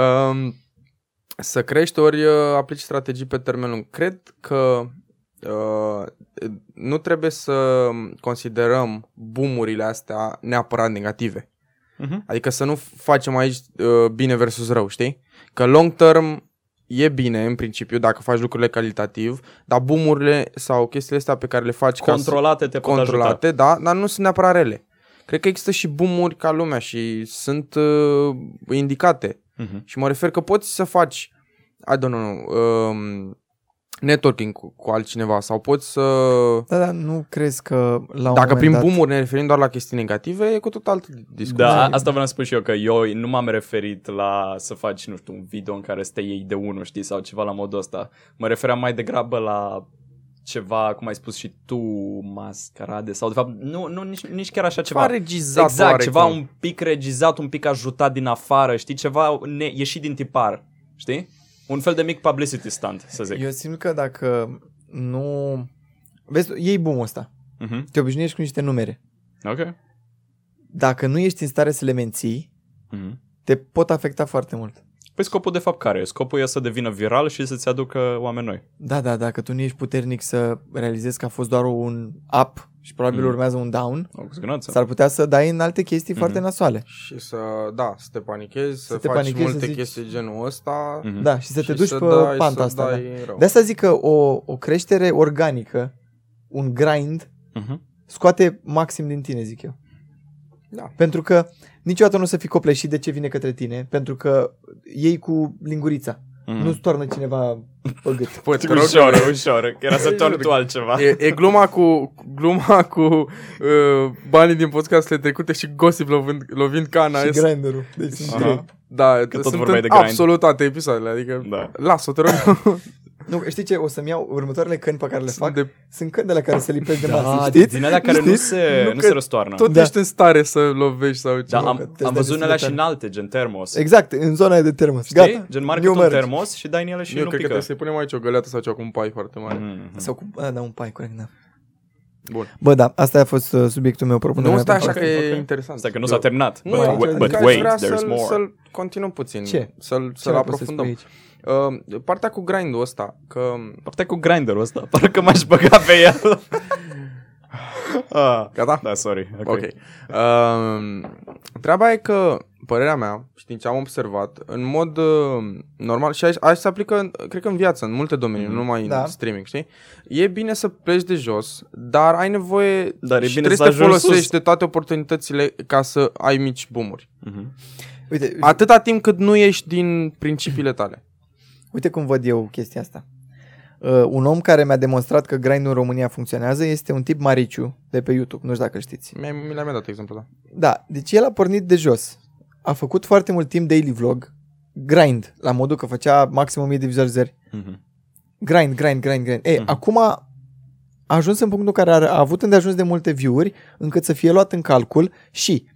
Um, să crești, ori uh, aplici strategii pe termen lung. Cred că uh, nu trebuie să considerăm bumurile astea neapărat negative.
Mhm.
Adică să nu facem aici uh, bine versus rău, știi? Că long term e bine în principiu dacă faci lucrurile calitativ, dar bumurile sau chestiile astea pe care le faci ca să-
Controlate te pot ajuta.
controlate, da, dar nu sunt neapărat rele. Cred că există și bumuri ca lumea și sunt uh, indicate.
Mhm.
Și mă refer că poți să faci, I don't know, um, networking cu, cu altcineva sau poți să...
Da, da, nu crezi că la un
Dacă
moment
prin
dat...
bumuri ne referim doar la chestii negative, e cu tot altă discuție.
Da,
Scuze.
asta vreau să spun și eu, că eu nu m-am referit la să faci, nu știu, un video în care să te iei de unul, știi, sau ceva la modul ăsta. Mă refeream mai degrabă la ceva, cum ai spus și tu, mascarade, sau de fapt, nu, nu nici, nici chiar așa ceva.
Ceva regizat
exact,
oarecum.
ceva un pic regizat, un pic ajutat din afară, știi, ceva ne- ieșit din tipar, știi? Un fel de mic publicity stunt, să zic.
Eu simt că dacă nu... Vezi, iei boom ăsta.
Mhm.
Te obișnuiești cu niște numere.
Ok.
Dacă nu ești în stare să le menții,
Mhm.
te pot afecta foarte mult.
Păi scopul de fapt care e? Scopul e să devină viral și să-ți aducă oameni noi.
Da, da, dacă tu nu ești puternic să realizezi că a fost doar un up și probabil
Mm.
Mhm.
urmează un down,
Da.
Cu siguranță.
s-ar putea să dai în alte chestii
Mhm.
foarte nasoale.
Și să, da, să te panichezi, să,
Să te
faci
panichezi,
multe
să zici-
chestii genul ăsta.
Mhm.
Da, și să te
Mm. și
duci
să
pe
dai,
panta
să
asta. Da.
Dai rău.
De asta zic că o, o creștere organică, un grind,
Mhm.
scoate maxim din tine, zic eu.
Da.
Pentru că niciodată nu o să fii copleșit de ce vine către tine, pentru că ei cu lingurița. Mm. Nu stoarnă cineva pe gât.
[laughs] Păi, te rog,
Ușoară, ușoară, că era să torni tu altceva.
E, e gluma cu, gluma cu uh, banii din podcasturile trecute și gossip lovind, lovind cana.
și
este-
grinderul. Deci sunt
Aha.
trei.
da,
tot
sunt
vorbeai
în
de grind.
absolut toate episoadele, adică
Da.
las-o, te rog.
Nu, știi ce? O să-mi iau următoarele căni pe care le fac.
Sunt
De...
de,
Sunt căni de la care se lipesc de masă,
Ah,
știți?
Din alea care nu se,
Nu
nu
că
se răstoarnă.
tot
Da.
ești în stare să lovești sau
Da,
ceva.
că
am,
te
am
dai
văzut în
de
alea și
tare.
în alte, gen termos.
Exact, Da. în zona aia de termos.
Știi?
Gata.
Gen
New
market un
merge.
termos și dai în ele și
Eu
nu
cred că
pică.
trebuie să-i punem aici o găleată sau ceva cu un pai foarte mare.
Mhm.
Sau cu... A, da, un pai, corect, da.
Bun.
Bă, da, asta a fost uh, subiectul meu
Nu
propunerea. mea
stai
pentru
așa că e
ok.
interesant.
Stai că nu s-a terminat.
Nu,
But,
eu-
wa-
adică
but
aș
wait,
vrea
there's
să-l,
more.
să-l continuăm puțin.
Ce?
Să-l,
Ce
să-l
mai poți să spui
aprofundăm.
aici?
Uh, partea cu grind-ul ăsta, că
Partea cu grinderul ăsta, [laughs] parcă m-aș băga pe el. [laughs] Ah,
Gata?
Da, sorry. Ok.
Ok. Um, treaba e că, părerea mea, și din ce am observat, în mod uh, normal, și aici, aici se aplică, în- cred că în viață, în multe domenii, mm-hmm. nu numai da.
Da.
în streaming, știi? E bine să pleci de jos, dar ai nevoie
Dar e
și
bine să
trebuie să, te
ajungi
folosești
sus.
de toate oportunitățile ca să ai mici boomuri.
Mhm.
Uite,
Atâta timp cât nu ieși din principiile tale.
Uite cum văd eu chestia asta. Uh, un om care mi-a demonstrat că grindul în România funcționează este un tip Mariciu de pe YouTube, nu știu dacă îl știți.
Mi-ai, mi l-ai mai dat exemplu, da.
Da, deci el a pornit de jos. A făcut foarte mult timp daily vlog, grind, la modul că făcea maxim 1000 de vizualizări.
Mhm.
Grind, grind, grind, grind. Ei,
Mhm.
acum a ajuns în punctul în care a, a avut îndeajuns de multe view-uri încât să fie luat în calcul și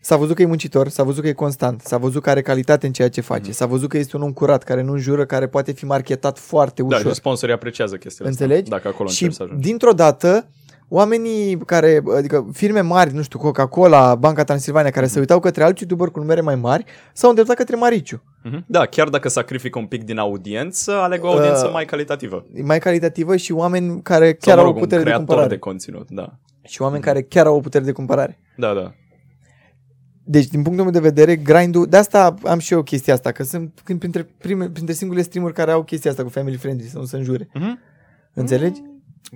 s-a văzut că e muncitor, s-a văzut că e constant, s-a văzut că are calitate în ceea ce
Mhm.
face, s-a văzut că este un om curat, care nu înjură, care poate fi marketat foarte
Da,
ușor.
și sponsorii apreciază chestiile
Înțelegi?
Astea, dacă acolo
Deci, și
încerci să ajungi.
dintr-o dată oamenii care, adică firme mari, nu știu, Coca-Cola, Banca Transilvania, care
Mhm.
se uitau către alți youtuberi cu numere mai mari, s-au îndreptat către Mariciu.
Mhm. Da, chiar dacă sacrifică un pic din audiență, aleg o audiență
Uh,
mai calitativă.
E mai calitativă și oameni care
Sau,
chiar
mă
au o
rog, un
putere de
creator
cumpărare.
de conținut, da.
Și oameni
Mhm.
care chiar au o putere de cumpărare.
Da, da.
Deci, din punctul meu de vedere, grindul, de asta am și eu chestia asta, că sunt când printre, prime, printre singurele streamuri care au chestia asta cu family friendly, să nu se înjure.
Mhm.
Înțelegi?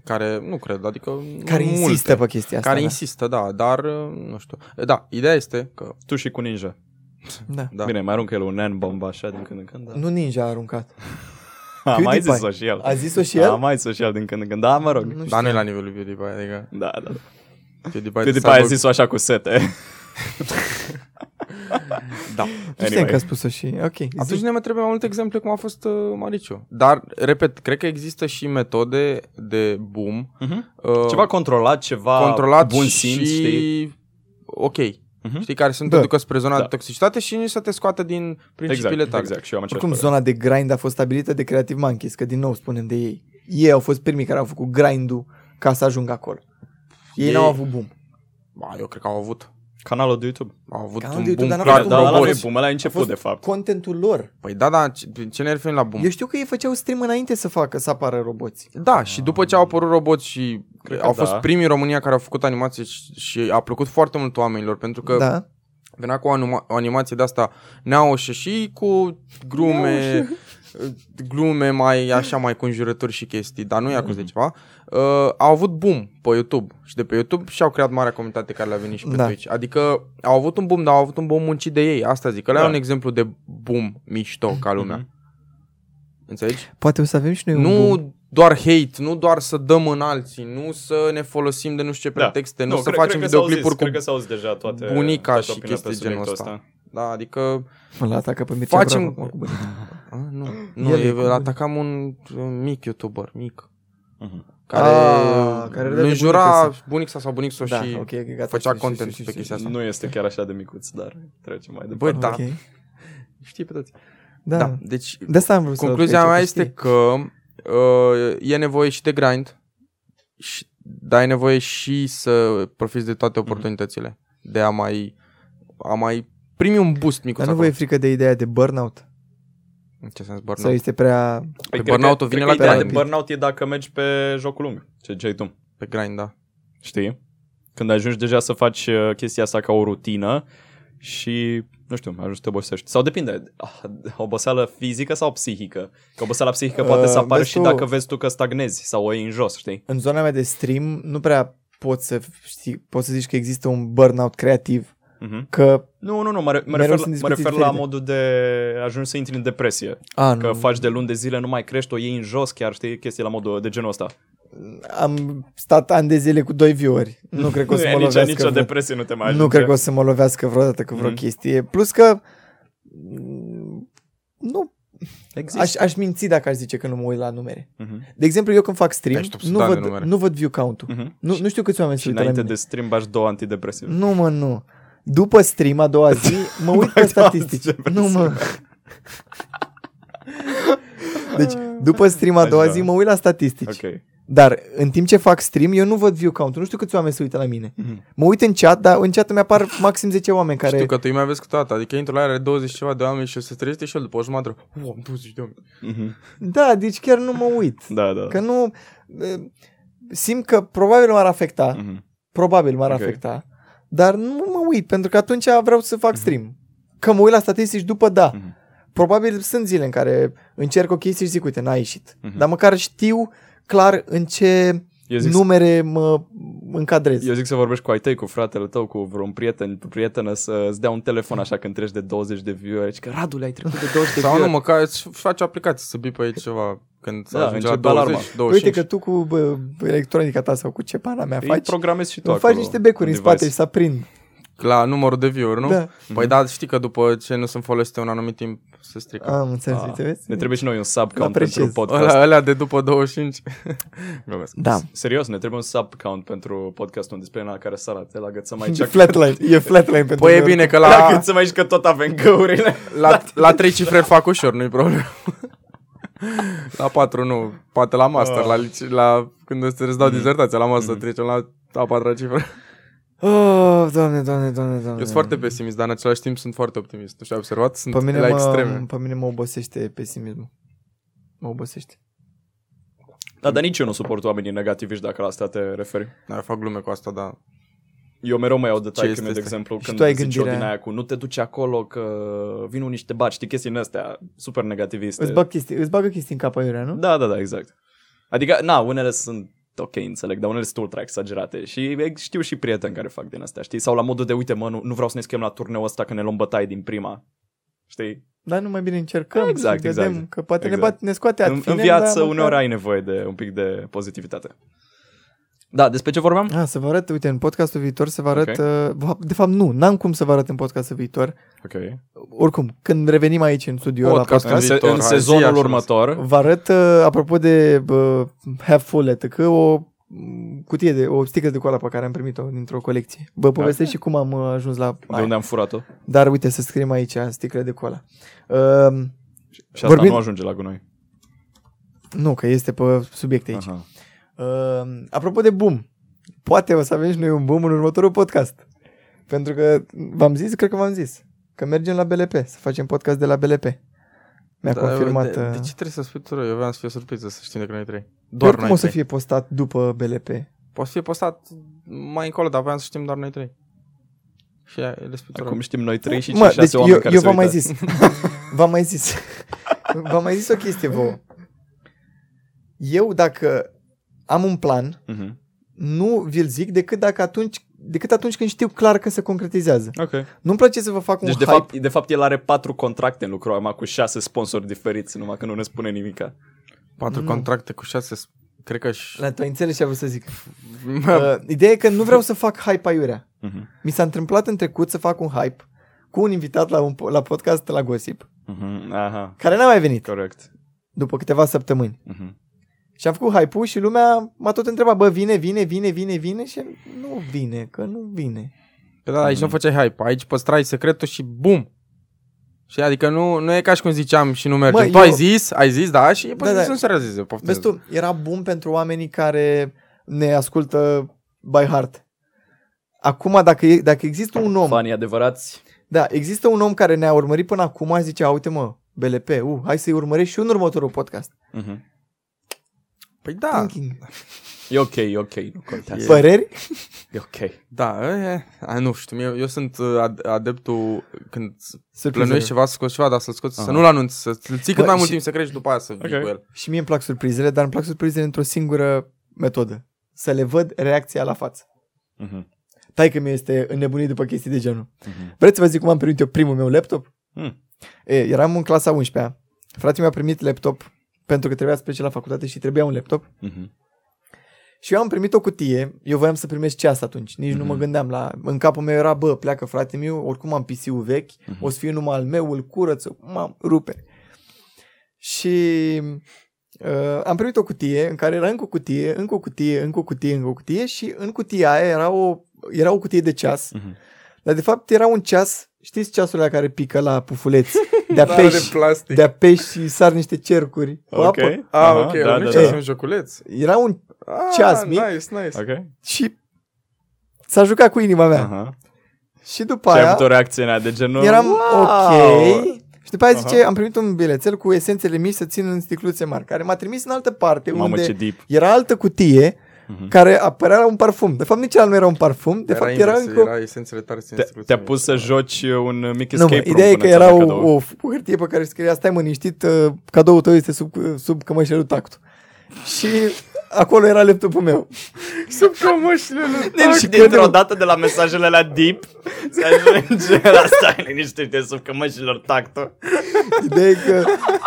Care, nu cred, adică
Care
Mm. multe.
insistă pe chestia asta.
Care
da.
insistă, da, dar uh, nu știu. Da, ideea este că,
Tu și cu ninja.
da.
Da.
Da. Bine, mai aruncă el un N-bomb așa din când în când. Da.
Nu ninja a aruncat.
A mai
PewDiePie.
zis-o și el.
A zis-o și
Da,
el?
A mai zis-o și el din când în când. Da, mă rog.
Nu știu.
dar nu e la nivelul PewDiePie, adică
Da, da.
PewDiePie,
PewDiePie a zis-o așa cu sete.
Da.
Tu știam că a spus-o și... Ok. zi.
Atunci ne mai trebuie mai multe exemple cum a fost uh, Mariciu. Dar, repet, cred că există și metode de boom.
Mhm.
Uh,
[laughs] Ceva controlat, ceva
controlat
bun
și...
simț, știi?
ok.
Mhm.
Știi, care sunt
Da.
da. ducă spre zona
Da.
da. de toxicitate și nu să te scoată din principiile
Exact,
tale.
exact. Și eu am
Oricum,
același
zona de grind a fost stabilită de Creative Monkeys, că din nou spunem de ei. Ei au fost primii care au făcut grind-ul ca să ajungă acolo. Ei,
Ei-
n-au avut boom.
Ba, eu cred că au avut. Canalul
Canalul de YouTube.
Au avut
Canalul
un
de
boom
YouTube, dar n-a
clar
Da,
un
cu
da, ăla nu e
roboți.
bum, ăla a
A
început,
fost
de fapt.
contentul lor.
Păi da, da, ce, ce ne referim la boom?
Eu știu că ei făceau stream înainte să facă, să apară roboți.
Da, și după ce au apărut roboți și
Cred că
au fost
da.
primii în România care au făcut animație și, și a plăcut foarte mult oamenilor, pentru că
Da.
Venea cu o, anima- o animație de asta neaușă și cu glume, glume mai așa, mai cu înjurături și chestii, dar nu e acuz de ceva. Uh, au avut boom pe YouTube și de pe YouTube și-au creat marea comunitate care le-a venit și pe
Da.
da. Twitch. Adică au avut un boom, dar au avut un boom muncit de ei, asta zic. Ăla da.
Da.
e un exemplu de boom mișto ca lumea.
Mhm.
Înțelegi?
Poate o să avem și noi un boom.
Nu doar hate, nu doar să dăm în alții, nu să ne folosim de nu știu ce pretexte, nu, să
Da. cred-
facem
cred că s-au
videoclipuri
zis,
cu...
Cred că s-au zis deja toate
bunica
toate
și
opiniile pe
chestii genul
subiectul
ăsta. Da, adică
Îl atacă pe Mircea
Facem-
Bravo acum cu banii.
A, nu, nu
El e
e,
cu-
îl atacam un un mic youtuber, mic,
Mhm.
care,
Ah,
A,
care
care
râdea de
îl înjura
bunica
bunica sau bunicul
Da,
da, și
ok,
okay,
gata,
făcea
știu, știu,
content
știu,
pe
știu,
chestia asta.
Nu este chiar așa de micuț, dar trecem mai departe.
Băi, da,
Ok.
[laughs] știi pe toți.
Da.
Da.
da.
deci
De asta am vrut să
concluzia
să
mea
știi.
este că uh, e nevoie și de grind, și, dar e nevoie și să profiți de toate
Mhm.
oportunitățile, de a mai, a mai primi un boost micuț
Dar nu vă
acolo.
e frică de ideea de burnout?
În ce sens,
Sau
burnout?
este prea...
Păi
Păi
cred că-
burnout-ul vine
cred că
la
ideea de
terapie.
burnout e dacă mergi pe jocul lung, ce ziceai tu.
Pe grind, da.
Știi? Când ajungi deja să faci uh, chestia asta ca o rutină și, nu știu, ajungi să te obosești. Sau depinde, ah, oboseală fizică sau psihică? Că oboseala psihică poate
Uh,
să apară
vezi
și
tu-
dacă vezi tu că stagnezi sau o iei în jos, știi?
În zona mea de stream nu prea poți să, știi, poți să zici că există un burnout creativ,
Mhm.
că...
Nu, nu, nu, mă, re- mă
Mereu
refer, la,
sunt
mă
discuții
refer la
diferite.
modul de ajungi să intri în depresie.
A,
Că faci de luni de zile, nu mai crești, o iei în jos chiar, știi, chestii la modul de genul ăsta.
am stat ani de zile cu doi viori. Nu
[laughs]
cred că o să
e
mă
nici,
lovească
nicio
vreo-
depresie nu te mai ajunge.
Nu cred că o să mă lovească vreodată cu
Mm.
vreo
Mhm.
chestie. Plus că m, nu,
Există.
aș, aș minți dacă aș zice că nu mă uit la numere.
Exact. Mhm.
De exemplu, eu când fac stream,
Deci tu să
nu
dai de
văd,
numere.
nu văd view count-ul.
Mhm.
Nu, nu știu câți oameni se
Și
uită la
înainte
mine.
de stream bași două antidepresive.
Nu mă, nu. După stream a doua zi, mă uit pe
Bag toate
statistici. Nu mă. Deci, după stream a
Așa.
doua zi, mă uit la statistici.
Ok.
Dar în timp ce fac stream, eu nu văd view count-ul. Nu știu câți oameni se uită la mine.
Mhm,
Mă uit în chat, dar în chat mi apar maxim 10 oameni care...
Știu că tu îi mai vezi câteodată, adică intră la aer, are 20 și ceva de oameni și o să trăiește și el după o jumătate, uau, am 20 de oameni.
Mhm.
Da, deci chiar nu mă uit.
Da, da.
Că nu... e, Simt că probabil m-ar afecta.
Mhm.
Probabil m-ar
Ok.
afecta. Dar nu mă uit, pentru că atunci vreau să fac stream. Că mă uit la statistici după da.
Mhm.
Probabil sunt zile în care încerc o chestie și zic, uite, n-a ieșit.
Mhm.
Dar măcar știu clar în ce
Eu zic,
numere mă încadrez.
eu zic să vorbești cu ai tăi, cu fratele tău, cu vreun prieten, prietenă, să-ți dea un telefon așa când treci de 20 de view Și că Radule, ai trecut de 20 de
Sau
view
nu, măcar îți faci aplicații să bipă aici ceva când
Da,
da, ajunge la
începe alarma.
20, 25.
Uite că tu cu bă, electronica ta sau cu ce pana mea
Îi
faci,
programezi și tu
îmi
acolo
faci niște becuri în
device.
spate și să aprind.
La numărul de view-uri, nu?
Da.
Păi da, știi că după ce nu sunt folosite un anumit timp se strică.
Am înțeles,
Ah,
uite, vezi?
Ne trebuie și noi un sub count
Apreciez.
pentru podcast.
Ăla, ăla de după 25. Glumesc.
Da.
Serios, ne trebuie un sub count pentru podcastul despre la care sara te la gățăm aici.
E flatline, e flatline pentru
Păi e
noi.
bine că
[laughs] La
la,
gățăm aici că tot avem găurile.
la, la 3 cifre fac ușor, nu-i problemă. [laughs] La 4 nu, poate la master, la, lice- la când îți îți dau dizertația la master, trecem la a patra cifră.
Oh, doamne, doamne, doamne, doamne.
Eu sunt foarte pesimist, dar în același timp sunt foarte optimist. Nu știu, ai observat? Sunt
pe mine,
la
mă,
extreme.
pe mine mă obosește pesimismul. Mă obosește.
Da, dar nici eu nu suport oamenii negativi și dacă la asta te referi.
Da, fac glume cu asta, dar...
Eu mereu mai iau detalii
este
când, de
asta?
exemplu,
Și
când
tu ai
zici eu
gândirea
din
aia?
aia cu nu te duci acolo că vin unii și te baci, știi chestii din astea super negativiste.
Îți, bag chestii, îți bagă chestii în cap aiurea, nu?
Da, da, da, exact. Adică, na, unele sunt ok, înțeleg, dar unele sunt ultra exagerate și e, știu și prieteni care fac din astea, știi? Sau la modul de, uite mă, nu, nu vreau să ne schimb la turneul ăsta că ne luăm bătaie din prima, știi?
Dar nu mai bine încercăm
Exact,
și vedem
exact.
că poate
Exact.
ne, bat, ne scoate
În, da, în
atfinem,
viață
dar măcar-
uneori ai nevoie de un pic de pozitivitate. Da, despre ce vorbeam?
A, să vă arăt, uite, în podcastul viitor să vă arăt...
Ok.
Okay. De fapt, nu, n-am cum să vă arăt în podcastul viitor.
Ok.
Oricum, când revenim aici în studio la
Podcast.
podcast,
În, se,
viitor,
în
hai, zi
sezonul
așa.
următor,
vă arăt, uh, apropo de uh, Have Full It, că o mm, cutie de, o sticlă de cola pe care am primit-o dintr-o colecție. Vă
Da.
povestesc și cum am uh, ajuns la
de unde am furat-o,
Dar uite, să scriem aici sticle de cola. Uh,
și asta
Vorbim-
nu ajunge la gunoi.
nu, că este pe subiecte aici.
Aha.
Uh, apropo de boom, poate o să avem și noi un boom în următorul podcast. Pentru că v-am zis, cred că v-am zis, că mergem la BLP, să facem podcast de la BLP.
Da,
Mi-a
Dar,
confirmat...
De, de,
uh,
deci
ce trebuie să spui tu rău? Eu vreau să fie o surpriză, să știm de că noi trei.
doar
Doar
oricum
noi
o să
trei.
fie postat după BLP.
Poate să fie postat mai încolo, dar vreau să știm doar noi trei. Și aia, le spui tu rău.
Acum știm noi trei și cei
Mă,
șase
deci
oameni
eu,
care
eu
se
v-am mai
uită.
zis. [laughs] v-am mai zis. v-am mai zis o chestie vouă. Eu dacă am un plan,
Mhm.
nu vi-l zic decât, dacă atunci, decât atunci când știu clar că se concretizează.
Ok.
Nu-mi place să vă fac un
Deci, de
hype.
fapt, de fapt, el are patru contracte în lucru acum cu șase sponsori diferiți, numai că nu ne spune nimica.
Patru
Nu.
contracte cu șase... s- Cred că și...
La tu ai înțeles ce vreau să
[laughs]
zic.
Da.
Uh, ideea e că nu vreau să fac hype aiurea.
Mhm.
Mi s-a întâmplat în trecut să fac un hype cu un invitat la, un, po- la podcast la Gossip,
Mhm. Aha,
care n-a mai venit
corect. Mhm.
după câteva săptămâni. Și am făcut hype-ul și lumea m-a tot întrebat, bă, vine, vine, vine, vine, vine și nu vine, că nu vine.
Pe da, aici nu
Mhm.
făceai hype, aici păstrai secretul și bum! Și adică nu, nu e ca și cum ziceam și nu merge.
Mă,
tu ai
eu-
zis, ai zis, da, și poți
da.
da, să nu se realizeze, poftim.
Vezi tu, era bun pentru oamenii care ne ascultă by heart. Acum, dacă, e, dacă există un om,
Fanii adevărați.
da, există un om care ne-a urmărit până acum, zice, "A, uite mă, BLP, uh, hai să-i urmărești și în următorul podcast.
Mhm.
Păi da,
Thinking. Da.
E ok, e ok, nu contează.
Păreri?
E ok.
da, e, a, nu știu, eu, eu sunt uh, ad- adeptul când plănuiești
Surprizele.
ceva să scoți ceva, dar să-l scoți,
Aha.
să nu-l anunți, să-l ții cât
Bă,
mai mult
și-
timp să crești după aia să vii
Ok.
cu el.
Și mie îmi plac surprizele, dar îmi plac surprizele într-o singură metodă. să le văd reacția la față.
Mhm.
Tai că mi este înnebunit după chestii de genul.
Mhm.
Vreți să vă zic cum am primit eu primul meu laptop?
Mm.
E, eram în clasa 11-a. Fratele mi-a primit laptop pentru că trebuia să plece la facultate și trebuia un laptop.
Mhm.
Și eu am primit o cutie, eu voiam să primesc ceas atunci, nici mm-hmm. nu mă
Mhm.
gândeam la... În capul meu era, bă, pleacă frate meu, oricum am PC-ul vechi, mm-hmm.
Mhm.
o să fie numai al meu, îl curăț, mă rupe. Și uh, am primit o cutie în care era încă o cutie, încă o cutie, încă o cutie, încă o cutie și în cutia aia era o, era o cutie de ceas,
Mhm.
dar de fapt era un ceas, știți ceasul ăla care pică la pufuleți,
[laughs]
de-a
Da,
Dar de
pești,
plastic.
de-a pești și sar niște cercuri cu
Ok.
apă.
Ah,
Aha,
ok,
da,
da,
da,
da,
da.
un joculeț.
Era un...
Ah,
Ceas mic.
Nice, nice.
da. Ok.
și s-a jucat cu inima mea.
Aha.
Și după
Și Ah. ai
Da. aia
avut o reacție în aia de genul
eram
wow!
ok. Și după aia
Aha.
zice, am primit un bilețel cu esențele mici să țin în sticluțe mari, care m-a trimis în altă parte,
Mamă
unde
ce deep
era altă cutie
Mhm.
care apărea la un parfum. De fapt, nici ăla nu era un parfum, de fapt era
invers,
încă...
Era esențele tare ține
Te-
sticluțe.
Te-a
[laughs]
pus să joci un mic
Nu,
escape
mă,
room
ideea e că
până ți-a
era
dat
o,
cadou.
o, o hârtie pe care scria, stai mă liniștit, uh, cadoul tău este sub, uh, sub cămășile lui
[laughs]
tactul. Și acolo era laptopul meu.
Sub cămășile lui
Deci,
Tac.
Și
Gândeam-
dintr-o dată de la mesajele la deep Se ajunge la stai liniștește sub cămășilor tactul
Ideea e că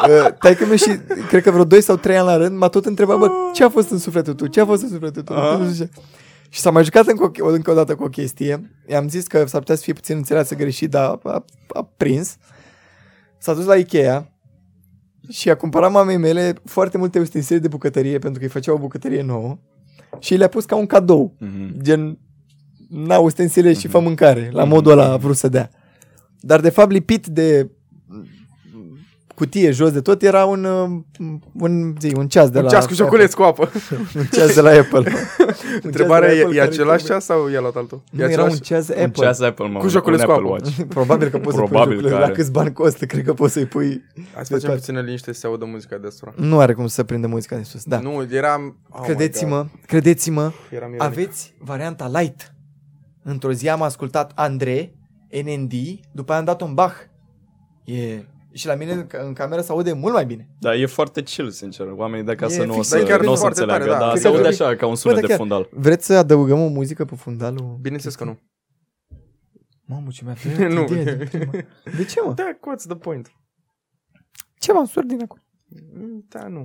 uh, taică meu și cred că vreo 2 sau 3 ani la rând m-a tot întrebat, bă, ce a fost în sufletul tu? Ce a fost în sufletul tu?
Aha.
Nu știu ce. Și s-a mai jucat încă o, încă o dată cu o chestie. I-am zis că s-ar putea să fie puțin înțeleasă greșit, dar a, a prins. S-a dus la Ikea și a cumpărat mamei mele foarte multe ustensile de bucătărie pentru că îi făcea o bucătărie nouă și le-a pus ca un cadou.
Mhm.
Gen, na, ustensile
Mhm.
și fă mâncare. La modul ăla a vrut să dea. Dar de fapt lipit de cutie jos de tot era un, uh, un, zi, un ceas de
Un
la
ceas cu
Apple.
joculeț cu apă.
Un ceas de la
[laughs]
Apple.
Întrebarea
Un ceas de
e, e
la Apple care
același
trebuie-
ceas sau i-a luat altul? E
Nu, era un
același?
ceas Apple.
Un ceas Apple, mă,
Cu joculeț
un
cu
Apple
apă.
Watch
[laughs] Probabil că poți să pui
Probabil
joculeț.
că
La
are.
câți bani costă, cred că poți să-i pui...
Hai să
de
facem
toate.
puțină liniște să se audă muzica deasupra.
Nu are cum să prinde muzica de sus, da.
Nu, eram... Oh my
credeți-mă, credeți-mă,
God, eram ironic.
aveți varianta light. Într-o zi am ascultat Andre, NND, după aia am dat un Bach. E... Și la mine în, ca- în cameră se aude mult mai bine.
Da, e foarte chill, sincer Oamenii de acasă
E
nu o
fix-
Dar e
să,
chiar
nu o să
foarte tare, da.
înțeleagă Dar
Fix
se aude
așa.
așa ca un
Bă,
sunet
dar
de
chiar-
fundal
Vreți să adăugăm o muzică pe fundalul?
Bineînțeles că nu.
Mamă, ce mi-a venit
[laughs] Nu.
ideea de prima. De ce, mă?
Da, what's the point?
Ce m-am sur din acolo?
Da, nu.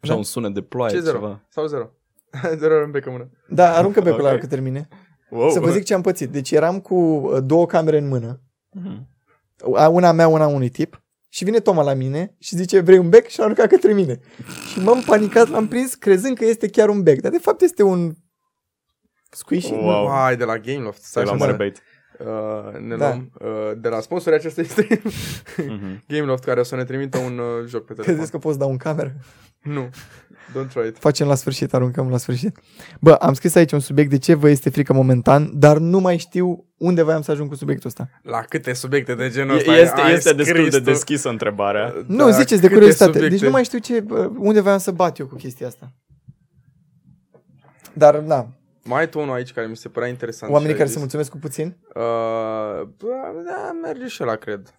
Așa
Da.
un sunet de ploaie
Ce zero?
ceva
Sau zero? [laughs] Zero rămân pe mână.
Da, aruncă pe acolo
Ok. Oh,
că termine.
wow.
Să vă zic ce am pățit. Deci eram cu uh, două camere în mână. A- Una a mea, una a unui tip. Și vine Toma la mine și zice, vrei un bec? Și l-a aruncat către mine. Și m-am panicat, l-am prins crezând că este chiar un bec. Dar de fapt este un squishy.
Wow.
nu?
Uai, de la Gameloft.
Să
Stai
la
așa
mare
să
bait
Uh, ne
Da.
luăm uh, de la sponsorii acestui stream [laughs]
Mhm.
Gameloft care o să ne trimită un uh, joc pe telefon
Credeți că poți da un cameră?
Nu, don't try it
Facem la sfârșit, aruncăm la sfârșit. Bă, am scris aici un subiect de ce vă este frică momentan, dar nu mai știu unde voiam să ajung cu subiectul ăsta.
La câte subiecte de genul
E-
ăsta
Este,
ai
este destul
scris
de
tu?
deschisă întrebarea
Nu,
Da,
ziceți de
câte
curiozitate.
subiecte?
Deci nu mai știu ce, bă, unde voiam să bat eu cu chestia asta. Dar, da,
Mai tu unul aici care mi se părea interesant
oamenii
și ai zis.
care se mulțumesc cu puțin.
Uh, bă, da, merge și la cred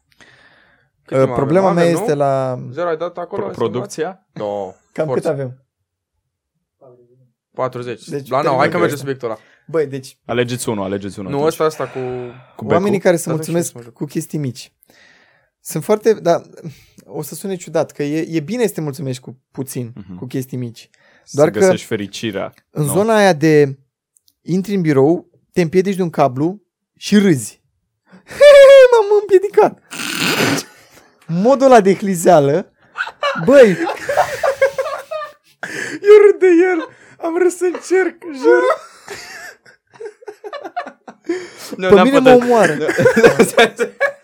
Cât
Uh,
mai
Problema
avem?
mea
Avem,
este
nu?
la...
Zero ai dat acolo?
Pro-
ai
Producția?
stimat? Da,
Cam
forță.
cât avem?
40
Deci,
deci, La nou, hai că
terminăm
merge
cu
subiectul ăla
Băi, deci,
Alegeți unul, alegeți unul
Nu,
atunci.
ăsta, ăsta cu, cu becul.
oamenii care se
Atunci
mulțumesc
știu să mă
cu chestii mici. Sunt foarte... Da, o să sune ciudat, că e, e bine să te mulțumești cu puțin,
Mhm.
cu chestii mici.
Să
doar că-
găsești fericirea
În
Nu.
zona aia de intri în birou, te împiedici de un cablu și râzi. [laughs] M-am împiedicat. Modul ăla de hlizeală. Băi,
[laughs] Eu râd de el. Am râs să încerc, jur.
Nu,
pe
n-am
mine mă
putut.
omoară. [laughs]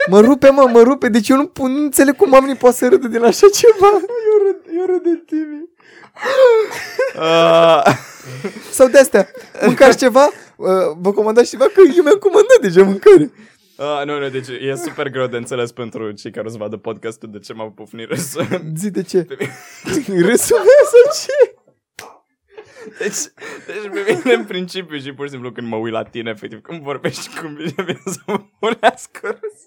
Mă rupe, mă, mă rupe. Deci eu nu, pun- nu înțeleg cum oamenii pot să râdă din așa ceva.
Eu râd, eu râd de tine.
[laughs] Ah.
Sau de-astea. Mâncați ceva, uh, vă comandați ceva, că eu mi-am comandat deja mâncare.
Ah, nu, nu, deci e super greu de înțeles pentru cei care o să vadă podcastul de ce m-a pufnit râsul.
[laughs] Zi de
[laughs]
ce? Râsul meu sau ce?
Deci, deci pe mine în principiu și pur și simplu când mă uit la tine, efectiv, când vorbești cu mine, vine să mă punească râs.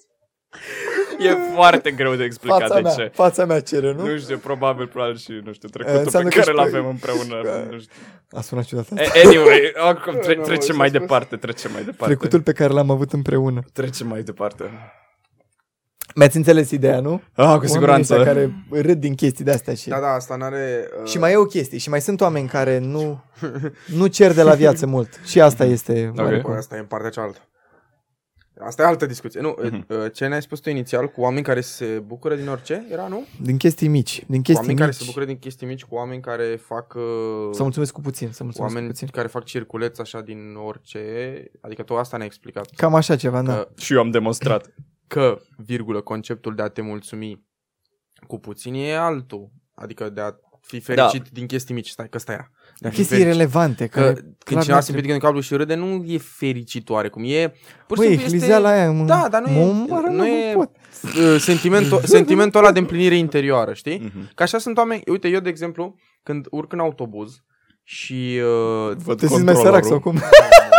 E foarte greu de explicat
Fața
de
mea,
ce.
fața mea cere, nu? Eh,
Nu știu, probabil, probabil și, nu știu, trecutul
înseamnă
pe
că
care îl
și-
avem
[laughs]
împreună. Nu știu.
A sunat ciudat
Eh,
asta.
A- Anyway, acum tre-
Nu,
trecem
s-a
mai
spus.
departe, trecem mai departe.
Trecutul pe care l-am avut împreună.
Trecem mai departe.
Mi-ați înțeles ideea, nu?
Ah, cu
Ah, Oamenii
siguranță.
ăștia care râd din chestii de astea și...
Da, da, asta n-are... Uh,
Și mai e o chestie, și mai sunt oameni care nu, nu cer de la viață mult. Și asta este...
Ok.
Bă, asta e în partea cealaltă. Asta e altă discuție. Nu,
Mhm.
uh, ce ne-ai spus tu inițial cu oameni care se bucură din orice, era, nu?
Din chestii mici. Din
Cu
chestii
oameni
mici.
care se bucură din chestii mici, cu oameni care fac... Uh,
Să mulțumesc cu puțin, să mulțumesc
oameni
cu puțin.
care fac circuleț așa din orice, adică tu asta ne-ai explicat.
Cam așa ceva, da.
Că,
Și eu am demonstrat.
că, virgulă, conceptul de a te mulțumi cu puțin e altul. Adică de a fi fericit da. din chestii mici. Stai, că stai era. De a fi
chestii
fericit.
relevante.
Că
Că,
când
clar
cineva
n-ar
se ridică în capul și râde, nu e fericit oarecum. E, pur și
Băi,
simplu este...
este... la aia, mă,
Da, dar nu
mă
e,
omoară,
nu e
pot.
uh,
[laughs]
sentimentul, sentimentul ăla de împlinire interioară, știi?
Mhm.
Că așa sunt oameni, uite, eu de exemplu, când urc în autobuz și uh,
Văd
Te simți mai sărac sau
controlorul.
cum?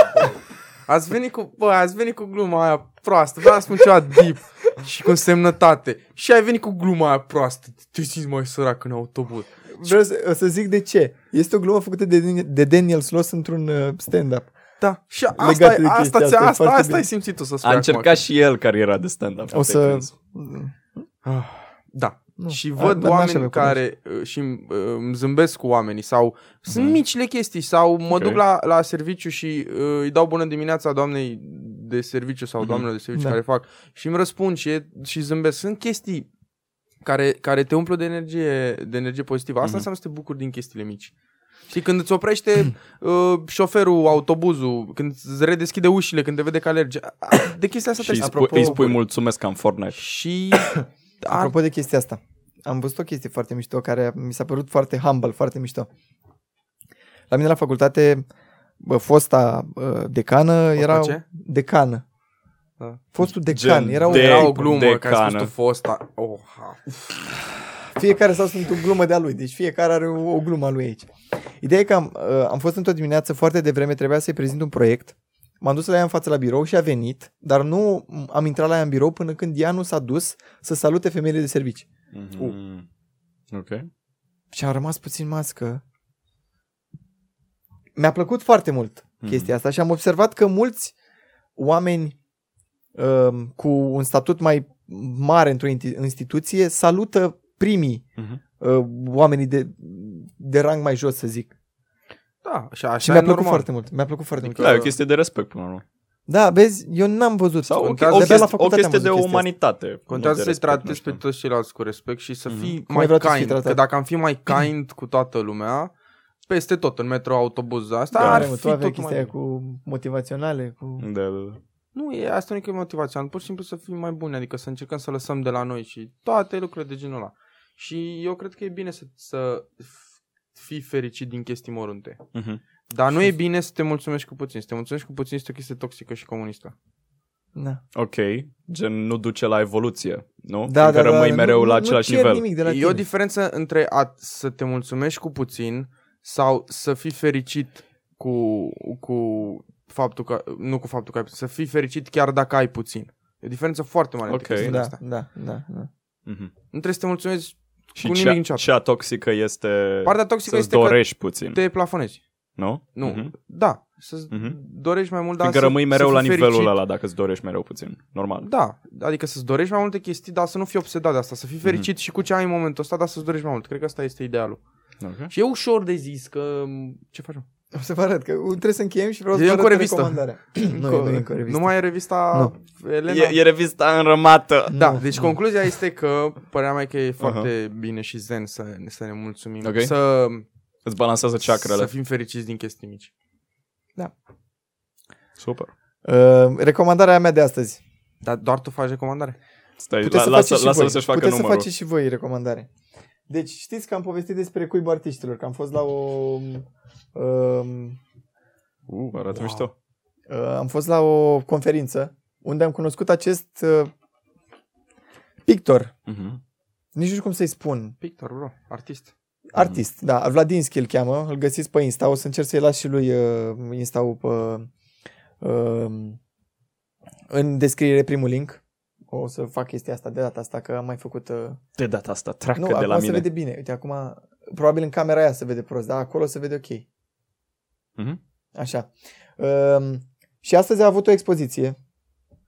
ați venit cu, bă, ați venit cu gluma aia proastă, vreau să spun ceva deep și cu însemnătate și ai venit cu gluma aia proastă, te simți mai sărac în autobuz.
[laughs] Vreau să, o să zic de ce. Este o glumă făcută de, Dan- de Daniel Sloss într-un uh, stand-up.
Da, și asta,
Legat de
asta, asta,
chestia asta,
asta,
e
asta,
foarte
asta ai
bine.
simțit tu să spui
A
acum.
încercat și el cariera de stand-up.
O să...
Ah, Da.
Nu.
Și
A,
văd
dar n-aș
oameni
avea
care uh, și îmi- uh, îmi zâmbesc cu oamenii sau sunt micile chestii sau mă
Mhm. Ok.
duc la, la serviciu și uh, îi dau bună dimineața doamnei de serviciu
Mhm.
sau doamnelor de serviciu
Da.
care fac și îmi răspund și, e- și zâmbesc. Sunt chestii care, care te umplu de energie, de energie pozitivă. Asta
Mhm.
înseamnă să te bucuri din chestiile mici. Și când îți
[clears throat]
oprește uh, șoferul, autobuzul, când îți redeschide ușile, când te vede că alerge, de chestia asta
Și îi
trebuie să
spui,
apropo-
îi spui mulțumesc că am Fortnite. [coughs]
Și a,
Apropo de chestia asta, am văzut o chestie foarte mișto care mi s-a părut foarte humble, foarte mișto. La mine la facultate, bă, fosta uh, decană era...
ce?
Decană.
Da.
Fostul decan.
Gen
era o,
de-
Era o glumă
de
de care a spus
cană.
tu fosta. Oh, ha.
Fiecare s-a sunt o glumă de-a lui, deci fiecare are o, o glumă a lui aici. Ideea e că am, uh, am fost într-o dimineață foarte devreme, trebuia să-i prezint un proiect. M-am dus la ea în față la birou și a venit, dar nu am intrat la ea în birou până când ea nu s-a dus să salute femeile de servici.
Mhm. Ok.
Și am rămas puțin mască. Mi-a plăcut foarte mult
Mhm.
chestia asta și am observat că mulți oameni um, cu un statut mai mare într-o inti- instituție salută primii
Mhm.
uh, oamenii de, de rang mai jos, să zic.
Da, și așa
Și mi-a
e
plăcut
normal.
foarte mult. Mi-a plăcut foarte mult.
Adică-
Da, e o chestie de respect până la urmă.
Da, vezi, eu n-am văzut.
Sau o,
Contează-
o,
de-abia la
chestie, o
facultate am
chestie de
văzut chestia
umanitate.
Contează
nu
să-i
de respect, nu
tratezi
știu.
pe toți ceilalți cu respect și să
Mhm.
fii
ai
mai
vrea tu să fii
kind. Că
tratat?
dacă am fi mai kind cu toată lumea, peste tot, în metro, autobuz, asta
Da,
da, ar
Mamă,
fi
tu aveai
tot
chestia
mai...
aia
Cu...
cu motivaționale, cu...
Da, da, da.
Nu, e, asta nu e că e motivația, pur și simplu să fim mai buni, adică să încercăm să lăsăm de la noi și toate lucrurile de genul ăla. Și eu cred că e bine să, să fii fericit din chestii mărunte.
Mhm.
Dar nu e bine să te mulțumești cu puțin. Să te mulțumești cu puțin este o chestie toxică și comunistă.
Na.
Ok, gen nu duce la evoluție, nu?
Da,
Fiindcă
da, da,
rămâi
da,
mereu
nu,
la
nu
același
pierd
nivel.
Nimic de la
e o
tine.
diferență între a să te mulțumești cu puțin sau să fii fericit cu, cu faptul că, nu cu faptul că ai puțin, să fii fericit chiar dacă ai puțin. E o diferență foarte mare
Ok.
între chestiile
Da,
astea.
da, da, da.
Mhm.
Nu trebuie să te mulțumești
Și
cu
cea,
nimic niciodată.
cea toxică este
Partea toxică
să-ți
este că
dorești puțin,
te plafonezi.
nu?
Nu,
Mhm.
da, să
Mhm.
dorești mai mult,
Da,
dar
Fiindcă
să,
rămâi mereu
să
la
fii
nivelul
fericit.
ăla dacă îți dorești mereu puțin, normal.
Da, adică să-ți dorești mai multe chestii, dar să nu fii obsedat de asta, să fii
Mhm.
fericit și cu ce ai în momentul ăsta, dar să-ți dorești mai mult. Cred că asta este idealul.
Ok.
Și e ușor de zis că... Ce facem?
O să vă arăt că trebuie să încheiem și vreau să
E
vă
încă
arăt
o revistă.
recomandarea. [clears throat] nu, e- nu e încă o revistă.
Nu mai e revista Elena?
E, e revista înrămată.
Da,
Nu,
deci
nu.
concluzia este că părea mea că e foarte bine și zen să, să ne mulțumim.
Ok.
Să,
Îți balansează
să
ceacrele.
fim fericiți din chestii mici.
Super.
Uh, recomandarea mea de astăzi.
Dar doar tu faci recomandare?
Stai,
Puteți
Păi la,
să
lasă,
faceți și
lasă
voi.
să-și facă
Puteți să
numărul.
faceți și voi recomandare. Deci știți că am povestit despre cuibul artiștilor, că am fost la o... Um,
Uh, arată
Wow.
mișto.
uh, am fost la o conferință unde am cunoscut acest uh, pictor,
Mhm.
nici nu știu cum să-i spun,
Pictor, bro, artist.
Mm.
artist, da, Vladinski îl cheamă, îl găsiți pe Insta, o să încerc să-i las și lui uh, Insta-ul pe, uh, în descriere primul link, o să fac chestia asta de data asta, că am mai făcut... Uh...
De data asta, treacă
Nu,
de
acum
la
se
mine.
vede bine. Uite, acum, probabil în camera aia se vede prost, dar acolo se vede ok.
Mhm.
Așa. Um, și astăzi a avut o expoziție.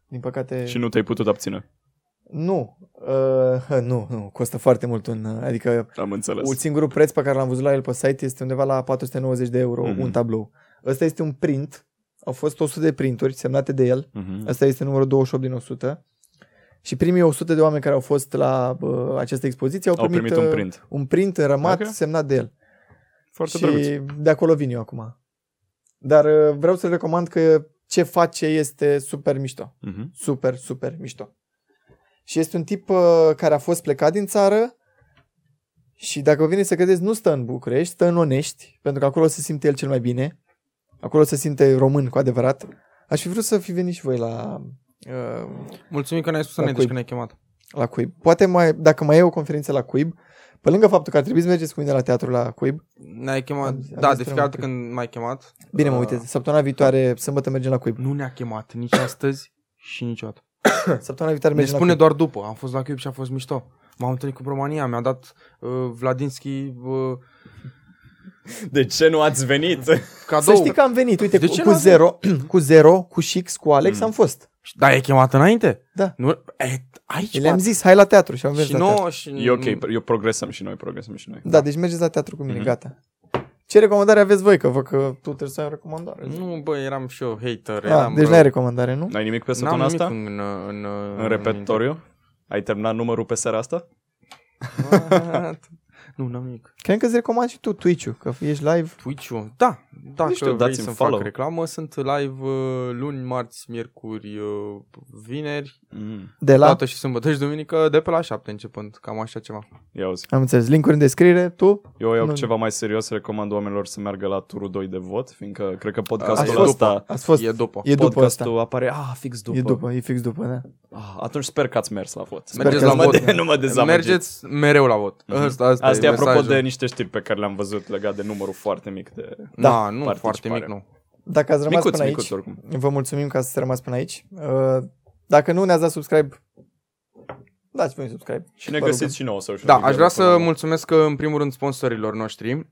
Din păcate...
Și nu te-ai putut abține.
Nu. Uh, [laughs] nu, nu. Costă foarte mult un... Adică
Am înțeles.
un singurul preț pe care l-am văzut la el pe site este undeva la 490 de euro
Mhm.
mm-hmm. un tablou. Ăsta este un print. Au fost 100 de printuri semnate de el.
Mhm.
Asta este numărul 28 din 100. Și primii 100 de oameni care au fost la uh, această expoziție au,
Au primit un
uh,
print.
un print înrămat
Ok.
okay. semnat de el.
Foarte
și
drăguț.
de acolo vin eu acum. Dar uh, vreau să recomand că ce face este super mișto
Mhm.
super, super mișto. Și este un tip uh, care a fost plecat din țară și dacă vă vine să credeți, nu stă în București, stă în Onești, pentru că acolo se simte el cel mai bine, acolo se simte român cu adevărat. Aș fi vrut să fi venit și voi la, uh,
Mulțumim că ne-ai spus să
La
ne deci
cui?
că ne-ai chemat.
la Cuib. Poate mai, dacă mai e o conferință la Cuib, pe lângă faptul că ar trebui să mergeți cu mine la teatru la Cuib,
Ne-ai chemat,
Am- am
da,
zis
de
să
fiecare dată
rămân
când m-ai chemat.
bine mă
uh,
uite, săptămâna viitoare, sâmbătă mergem la Cuib.
Nu ne-a chemat nici astăzi și niciodată.
Săptămâna viitoare
Ne
mergem
spune
la Cuib.
doar după. Am fost la Cube și a fost mișto. M-am întâlnit cu România, mi-a dat uh, Vladinski uh,
De ce nu ați venit?
cadou.
Să știi că am venit, uite,
De
de
ce
cu,
nu
cu,
am
zero, cu zero, cu Șix, cu Alex
Mm.
am fost.
Da, e chemat înainte?
Da.
Nu, e, aici,
Și le-am
mă.
zis, hai la teatru și am mers
Și
la teatru.
nouă și...
E ok, păi. eu progresăm și noi, progresăm și noi.
Da, deci mergeți la teatru cu mine,
Mhm.
mm-hmm. gata. Ce recomandare aveți voi? Că văd că tu trebuie să ai o recomandare.
Nu, bă, eram și eu hater.
Ah,
eram, Da.
deci
bă,
n-ai recomandare, nu?
N-ai nimic pe
N-am
săptămâna
nimic
asta?
în, uh, în,
În repertoriu? Ai terminat numărul pe seara asta?
What? nu, n-am nimic.
Cred că îți recomand și tu Twitch-ul, că ești live.
Twitch-ul, da. Dacă
știu,
vrei
dați-mi
să-mi
follow.
fac reclamă, sunt live uh, luni, marți, miercuri, uh, vineri,
Mm.
De la...
dată și sâmbătă și duminică, de pe la 7 începând, cam așa ceva.
Ia uzi.
Am înțeles, linkuri în descriere, tu?
Eu iau
Nu.
ceva mai serios, recomand oamenilor să meargă la turul 2 de vot, fiindcă cred că podcastul
Așa.
ăsta...
Ați fost...
E după.
E după
podcastul
asta.
apare, ah, fix după.
E după, e fix după, da.
Ah, atunci sper că ați mers la vot.
Sper Mergeți
că
la
nu, mă
vot.
de, [laughs] nu mă dezamăgiți.
Mergeți mereu la vot.
Mhm.
Asta, asta,
Asta e apropo
mesajul.
de niște știri pe care le-am văzut legat de numărul foarte mic de...
Da,
Da,
nu, foarte
participare.
mic, nu.
Dacă ați rămas
Micuț,
până
micuț
aici,
oricum.
vă mulțumim că ați rămas până aici. Uh, Dacă nu ne-ați dat subscribe, dați-vă un subscribe.
Și ne
Vă
găsiți
rugăm.
și nouă social
Da,
media
aș vrea
până la
să mulțumesc uh, în primul rând sponsorilor noștri, uh,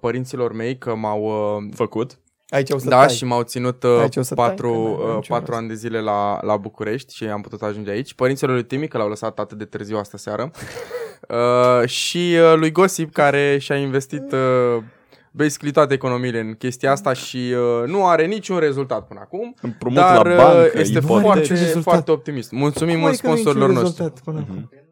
părinților mei că m-au uh,
Făcut.
Aici o să
Da,
tai.
și m-au ținut uh,
Aici o să tai,
patru,
că n-ai- n-ai
uh,
nicio
patru
rost.
ani de zile la, la București și am putut ajunge aici. Părinților lui Timi, că l-au lăsat atât de târziu asta
[laughs]
seară. Uh, și uh, lui Gosip, care și-a investit uh, basically toate economiile în chestia asta
Da.
și uh, nu are niciun rezultat până acum.
Împrumut
dar
la
uh,
bancă,
este
ipotecă.
Are
foarte,
niciun rezultat.
foarte optimist. Mulțumim
Cum
mult
adică nu e niciun
sponsorilor noștri. Mhm.
rezultat până acum?